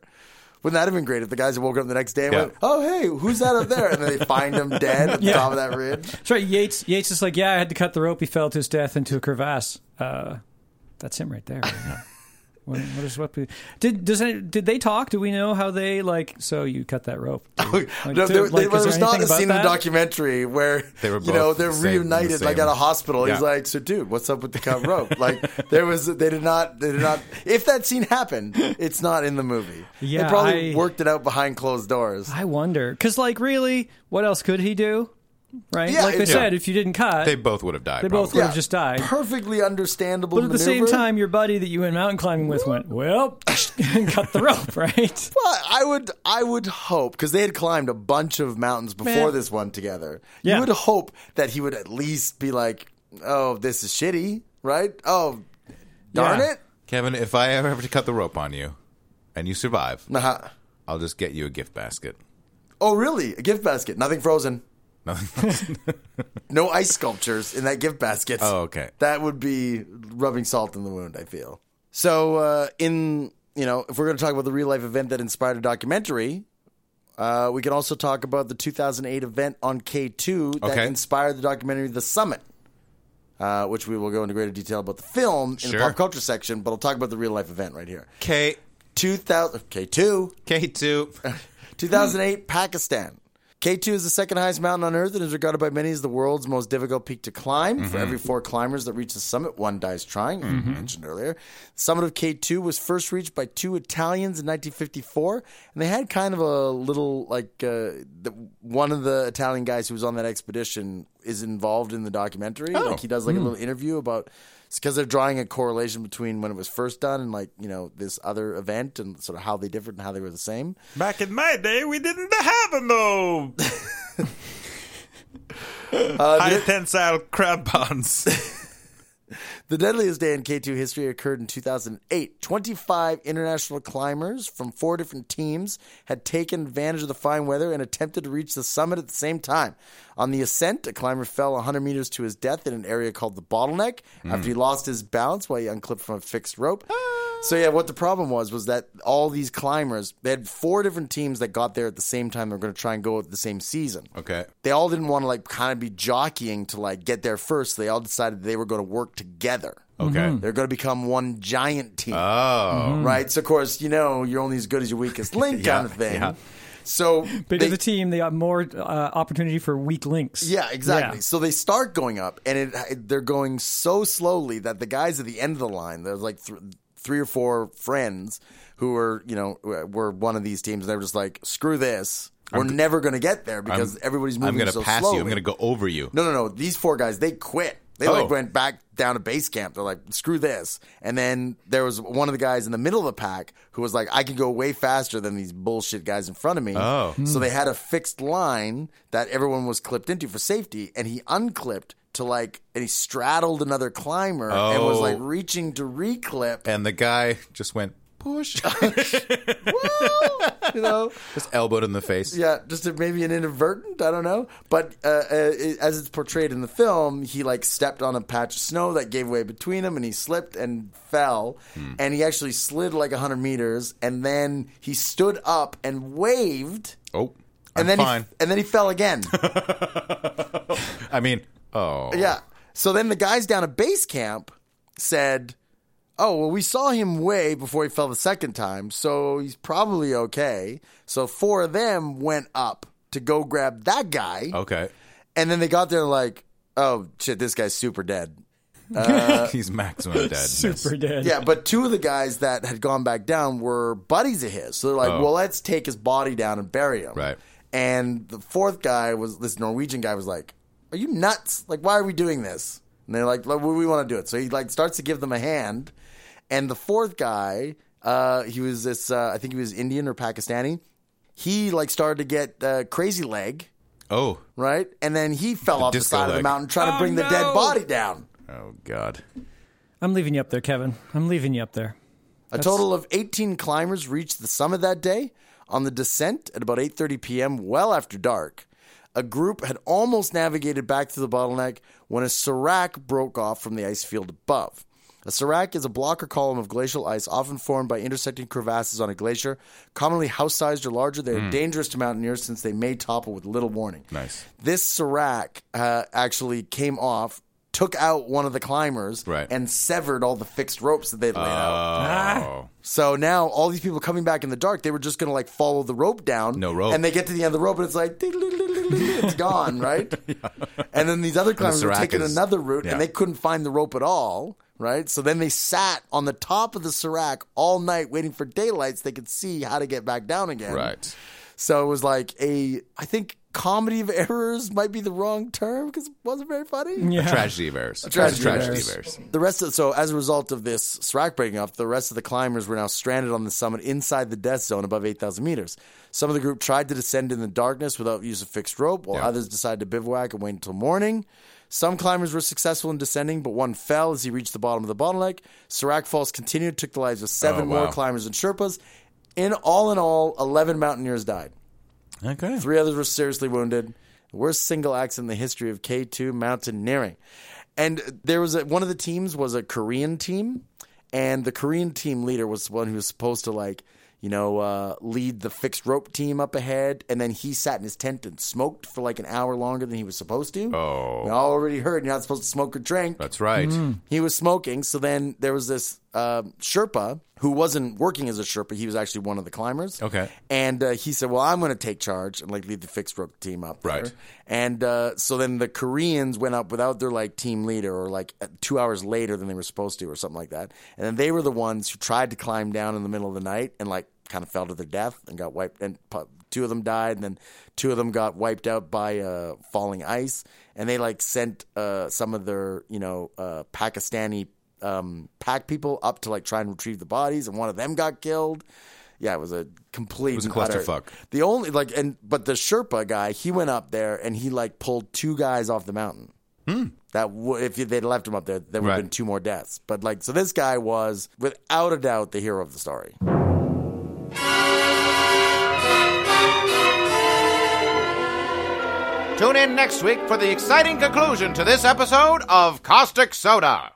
S5: Wouldn't that have been great if the guys had woken up the next day and
S4: Yeah.
S5: went, "Oh hey, who's that up there?" And then they find him dead at the
S3: Yeah.
S5: top of that ridge.
S3: That's right. Yates. Yates is like, yeah, I had to cut the rope. He fell to his death into a crevasse. Uh, that's him right there. What, what is what? Did does any, did they talk? Do we know how they like? So you cut that rope. Like, do-
S5: no, there,
S3: like,
S5: there,
S3: is
S5: was not
S3: anything
S5: a
S3: about
S5: scene in the
S3: that?
S5: documentary where
S4: They were
S5: you know
S4: both
S5: they're
S4: the same- the
S5: reunited like
S4: same.
S5: at a hospital.
S4: Yeah.
S5: He's like, "So, dude, what's up with the cut rope?" Like, there was they did not they did not. If that scene happened, it's not in the movie.
S3: Yeah,
S5: they probably
S3: I-
S5: worked it out behind closed doors.
S3: I wonder, because like, really, what else could he do? Right?
S5: Yeah,
S3: like they
S5: it-
S3: said, if you didn't cut,
S4: they both would have died.
S3: They both
S4: probably.
S3: would've just died.
S5: Perfectly understandable.
S3: but at the same
S5: maneuver.
S3: time, your buddy that you went mountain climbing with went, well, cut the rope, right?
S5: Well, I would, I would hope because they had climbed a bunch of mountains before
S3: Man.
S5: this one together.
S3: Yeah.
S5: You would hope that he would at least be like, "Oh, this is shitty," right? Oh, darn
S3: Yeah.
S5: it!
S4: Kevin, if I ever have to cut the rope on you, and you survive,
S5: Uh-huh.
S4: I'll just get you a gift basket.
S5: Oh, really? A gift basket. Nothing frozen.
S4: Nothing.
S5: No ice sculptures in that gift basket.
S4: Oh, okay.
S5: That would be rubbing salt in the wound, I feel. So, uh, in, you know, if we're going to talk about the real life event that inspired a documentary, uh, we can also talk about the 2008 event on K2 that
S4: Okay.
S5: inspired the documentary The Summit, uh, which we will go into greater detail about the film in
S4: Sure.
S5: the pop culture section, but I'll talk about the real life event right here.
S4: K
S5: 2000, K2,
S4: K two.
S5: 2008, Pakistan. K2 is the second highest mountain on Earth and is regarded by many as the world's most difficult peak to climb. For every four climbers that reach the summit, one dies trying, as we mentioned earlier. The summit of K2 was first reached by two Italians in 1954, and they had kind of a little, like, uh, the, one of the Italian guys who was on that expedition is involved in the documentary. Like, he does, like, a little interview about it's because they're drawing a correlation between when it was first done and, like, you know, this other event and sort of how they differed and how they were the same.
S4: Back in my day, we didn't have them though.
S5: Uh,
S4: High tensile crab bonds.
S5: The deadliest day in K2 history occurred in 2008. 25 international climbers from four different teams had taken advantage of the fine weather and attempted to reach the summit at the same time. On the ascent, a climber fell 100 meters to his death in an area called the bottleneck after he lost his balance while he unclipped from a fixed rope. So yeah, what the problem was was that all these climbers, they had four different teams that got there at the same time. They were going to try and go at the same season
S4: Okay.
S5: they all didn't want to like kind of be jockeying to like get there first. They all decided they were going to work together.
S4: Okay.
S5: They're going to become one giant team,
S4: Oh.
S5: right? So of course, you know, you're only as good as your weakest link
S4: Yeah,
S5: kind of thing.
S4: yeah.
S5: So
S3: Bigger
S5: they-
S3: the team, they got more uh, opportunity for weak links.
S5: yeah, exactly.
S3: Yeah.
S5: So they start going up, and it, it- they're going so slowly that the guys at the end of the line, there's like th- three or four friends who were, you know, were one of these teams, and they were just like, "Screw this, we're never going to get there because everybody's moving
S4: I'm gonna
S5: so
S4: pass
S5: slowly."
S4: you. I'm gonna go over you.
S5: No, no, no. These four guys, they quit. They
S4: Oh.
S5: like went back down to base camp. They're like, screw this. And then there was one of the guys in the middle of the pack who was like, I can go way faster than these bullshit guys in front of me.
S4: Oh.
S5: So they had a fixed line that everyone was clipped into for safety, and he unclipped to like, and he straddled another climber and was
S4: Oh.
S5: like reaching to reclip.
S4: And the guy just went. push.
S5: you know,
S4: Just elbowed in the face.
S5: yeah, just a, maybe an inadvertent. I don't know, but uh, uh, it, as it's portrayed in the film, he like stepped on a patch of snow that gave way between him, and he slipped and fell,
S4: Hmm.
S5: and he actually slid like hundred meters, and then he stood up and waved,
S4: Oh, I'm
S5: and then
S4: fine.
S5: He, and then he fell again.
S4: I mean, oh,
S5: Yeah. So then the guys down at base camp said, "Oh, well, we saw him way before he fell the second time, so he's probably okay." So four of them went up to go grab that guy,
S4: okay.
S5: and then they got there like, "Oh shit, this guy's super dead." Uh,
S4: He's maximum dead.
S3: Super dead.
S5: Yeah, but two of the guys that had gone back down were buddies of his, so they're like, "Well, let's take his body down and bury him."
S4: Oh. Right.
S5: And the fourth guy was this Norwegian guy was like, "Are you nuts? Like, why are we doing this?" And they're like, well, "We want to do it." So he like starts to give them a hand, and the fourth guy, uh, he was this, uh, I think he was Indian or Pakistani. He like started to get uh, crazy leg,
S4: Oh,
S5: right, and then he fell off the
S4: disco
S5: side of the
S4: leg.
S5: mountain trying to bring the dead body down.
S4: oh God.
S3: I'm leaving you up there, Kevin. I'm leaving you up there.
S5: A total of 18 climbers reached the summit that day. On the descent at about 8:30 p.m., well after dark, a group had almost navigated back through the bottleneck when a serac broke off from the ice field above. A serac is a block or column of glacial ice often formed by intersecting crevasses on a glacier. Commonly house-sized or larger, they are dangerous to mountaineers since they may topple with little warning.
S4: Hmm. Nice.
S5: This serac uh, actually came off, took out one of the climbers,
S4: Right.
S5: and severed all the fixed ropes that they'd laid out. Ah.
S4: Oh,
S5: So now all these people coming back in the dark, they were just gonna like follow the rope down.
S4: No rope.
S5: And they get to the end of the rope and it's like it's gone, right? And then these other climbers were
S4: Serac
S5: taking
S4: is-
S5: another route
S4: yeah.
S5: and they couldn't find the rope at all, right? So then they sat on the top of the Serac all night waiting for daylight so they could see how to get back down again.
S4: right.
S5: So it was like a I think comedy of errors might be the wrong term because it wasn't very funny.
S3: Yeah.
S4: Tragedy of errors. It's A
S5: tragedy of
S4: tragedy
S3: errors.
S4: of errors.
S5: The rest of so as a result of this SRAC breaking up, the rest of the climbers were now stranded on the summit inside the death zone above 8,000 meters. Some of the group tried to descend in the darkness without use of fixed rope, while
S4: Yeah.
S5: others decided to bivouac and wait until morning. Some climbers were successful in descending, but one fell as he reached the bottom of the bottleneck. SRAC falls continued, took the lives of seven
S4: Oh,
S5: more
S4: wow.
S5: climbers and Sherpas. In all, in all, 11 mountaineers died.
S4: Okay.
S5: Three others were seriously wounded. Worst single accident in the history of K2 mountaineering. And there was a, one of the teams was a Korean team, and the Korean team leader was the one who was supposed to like you know uh, lead the fixed rope team up ahead, and then he sat in his tent and smoked for like an hour longer than he was supposed to.
S4: Oh.
S5: we already heard you're not supposed to smoke or drink.
S4: That's right.
S5: He was smoking. So then there was this um Sherpa who wasn't working as a Sherpa. He was actually one of the climbers.
S4: Okay.
S5: And uh, he said, "Well, I'm going to take charge and like lead the fixed rope team up." there."
S4: Right.
S5: And uh, so then the Koreans went up without their like team leader, or like uh, two hours later than they were supposed to, or something like that. And then they were the ones who tried to climb down in the middle of the night and like kind of fell to their death and got wiped. And pu- two of them died, and then two of them got wiped out by uh, falling ice. And they like sent uh, some of their you know uh, Pakistani um, pack people up to like try and retrieve the bodies, and one of them got killed. Yeah, it was a complete. It
S4: was a clusterfuck.
S5: the only like and but the Sherpa guy, he went up there and he like pulled two guys off the mountain. That would if they'd left him up there, there would have
S4: Hmm. Right.
S5: been two more deaths. But like, so this guy was without a doubt the hero of the story.
S6: Tune in next week for the exciting conclusion to this episode of Caustic Soda.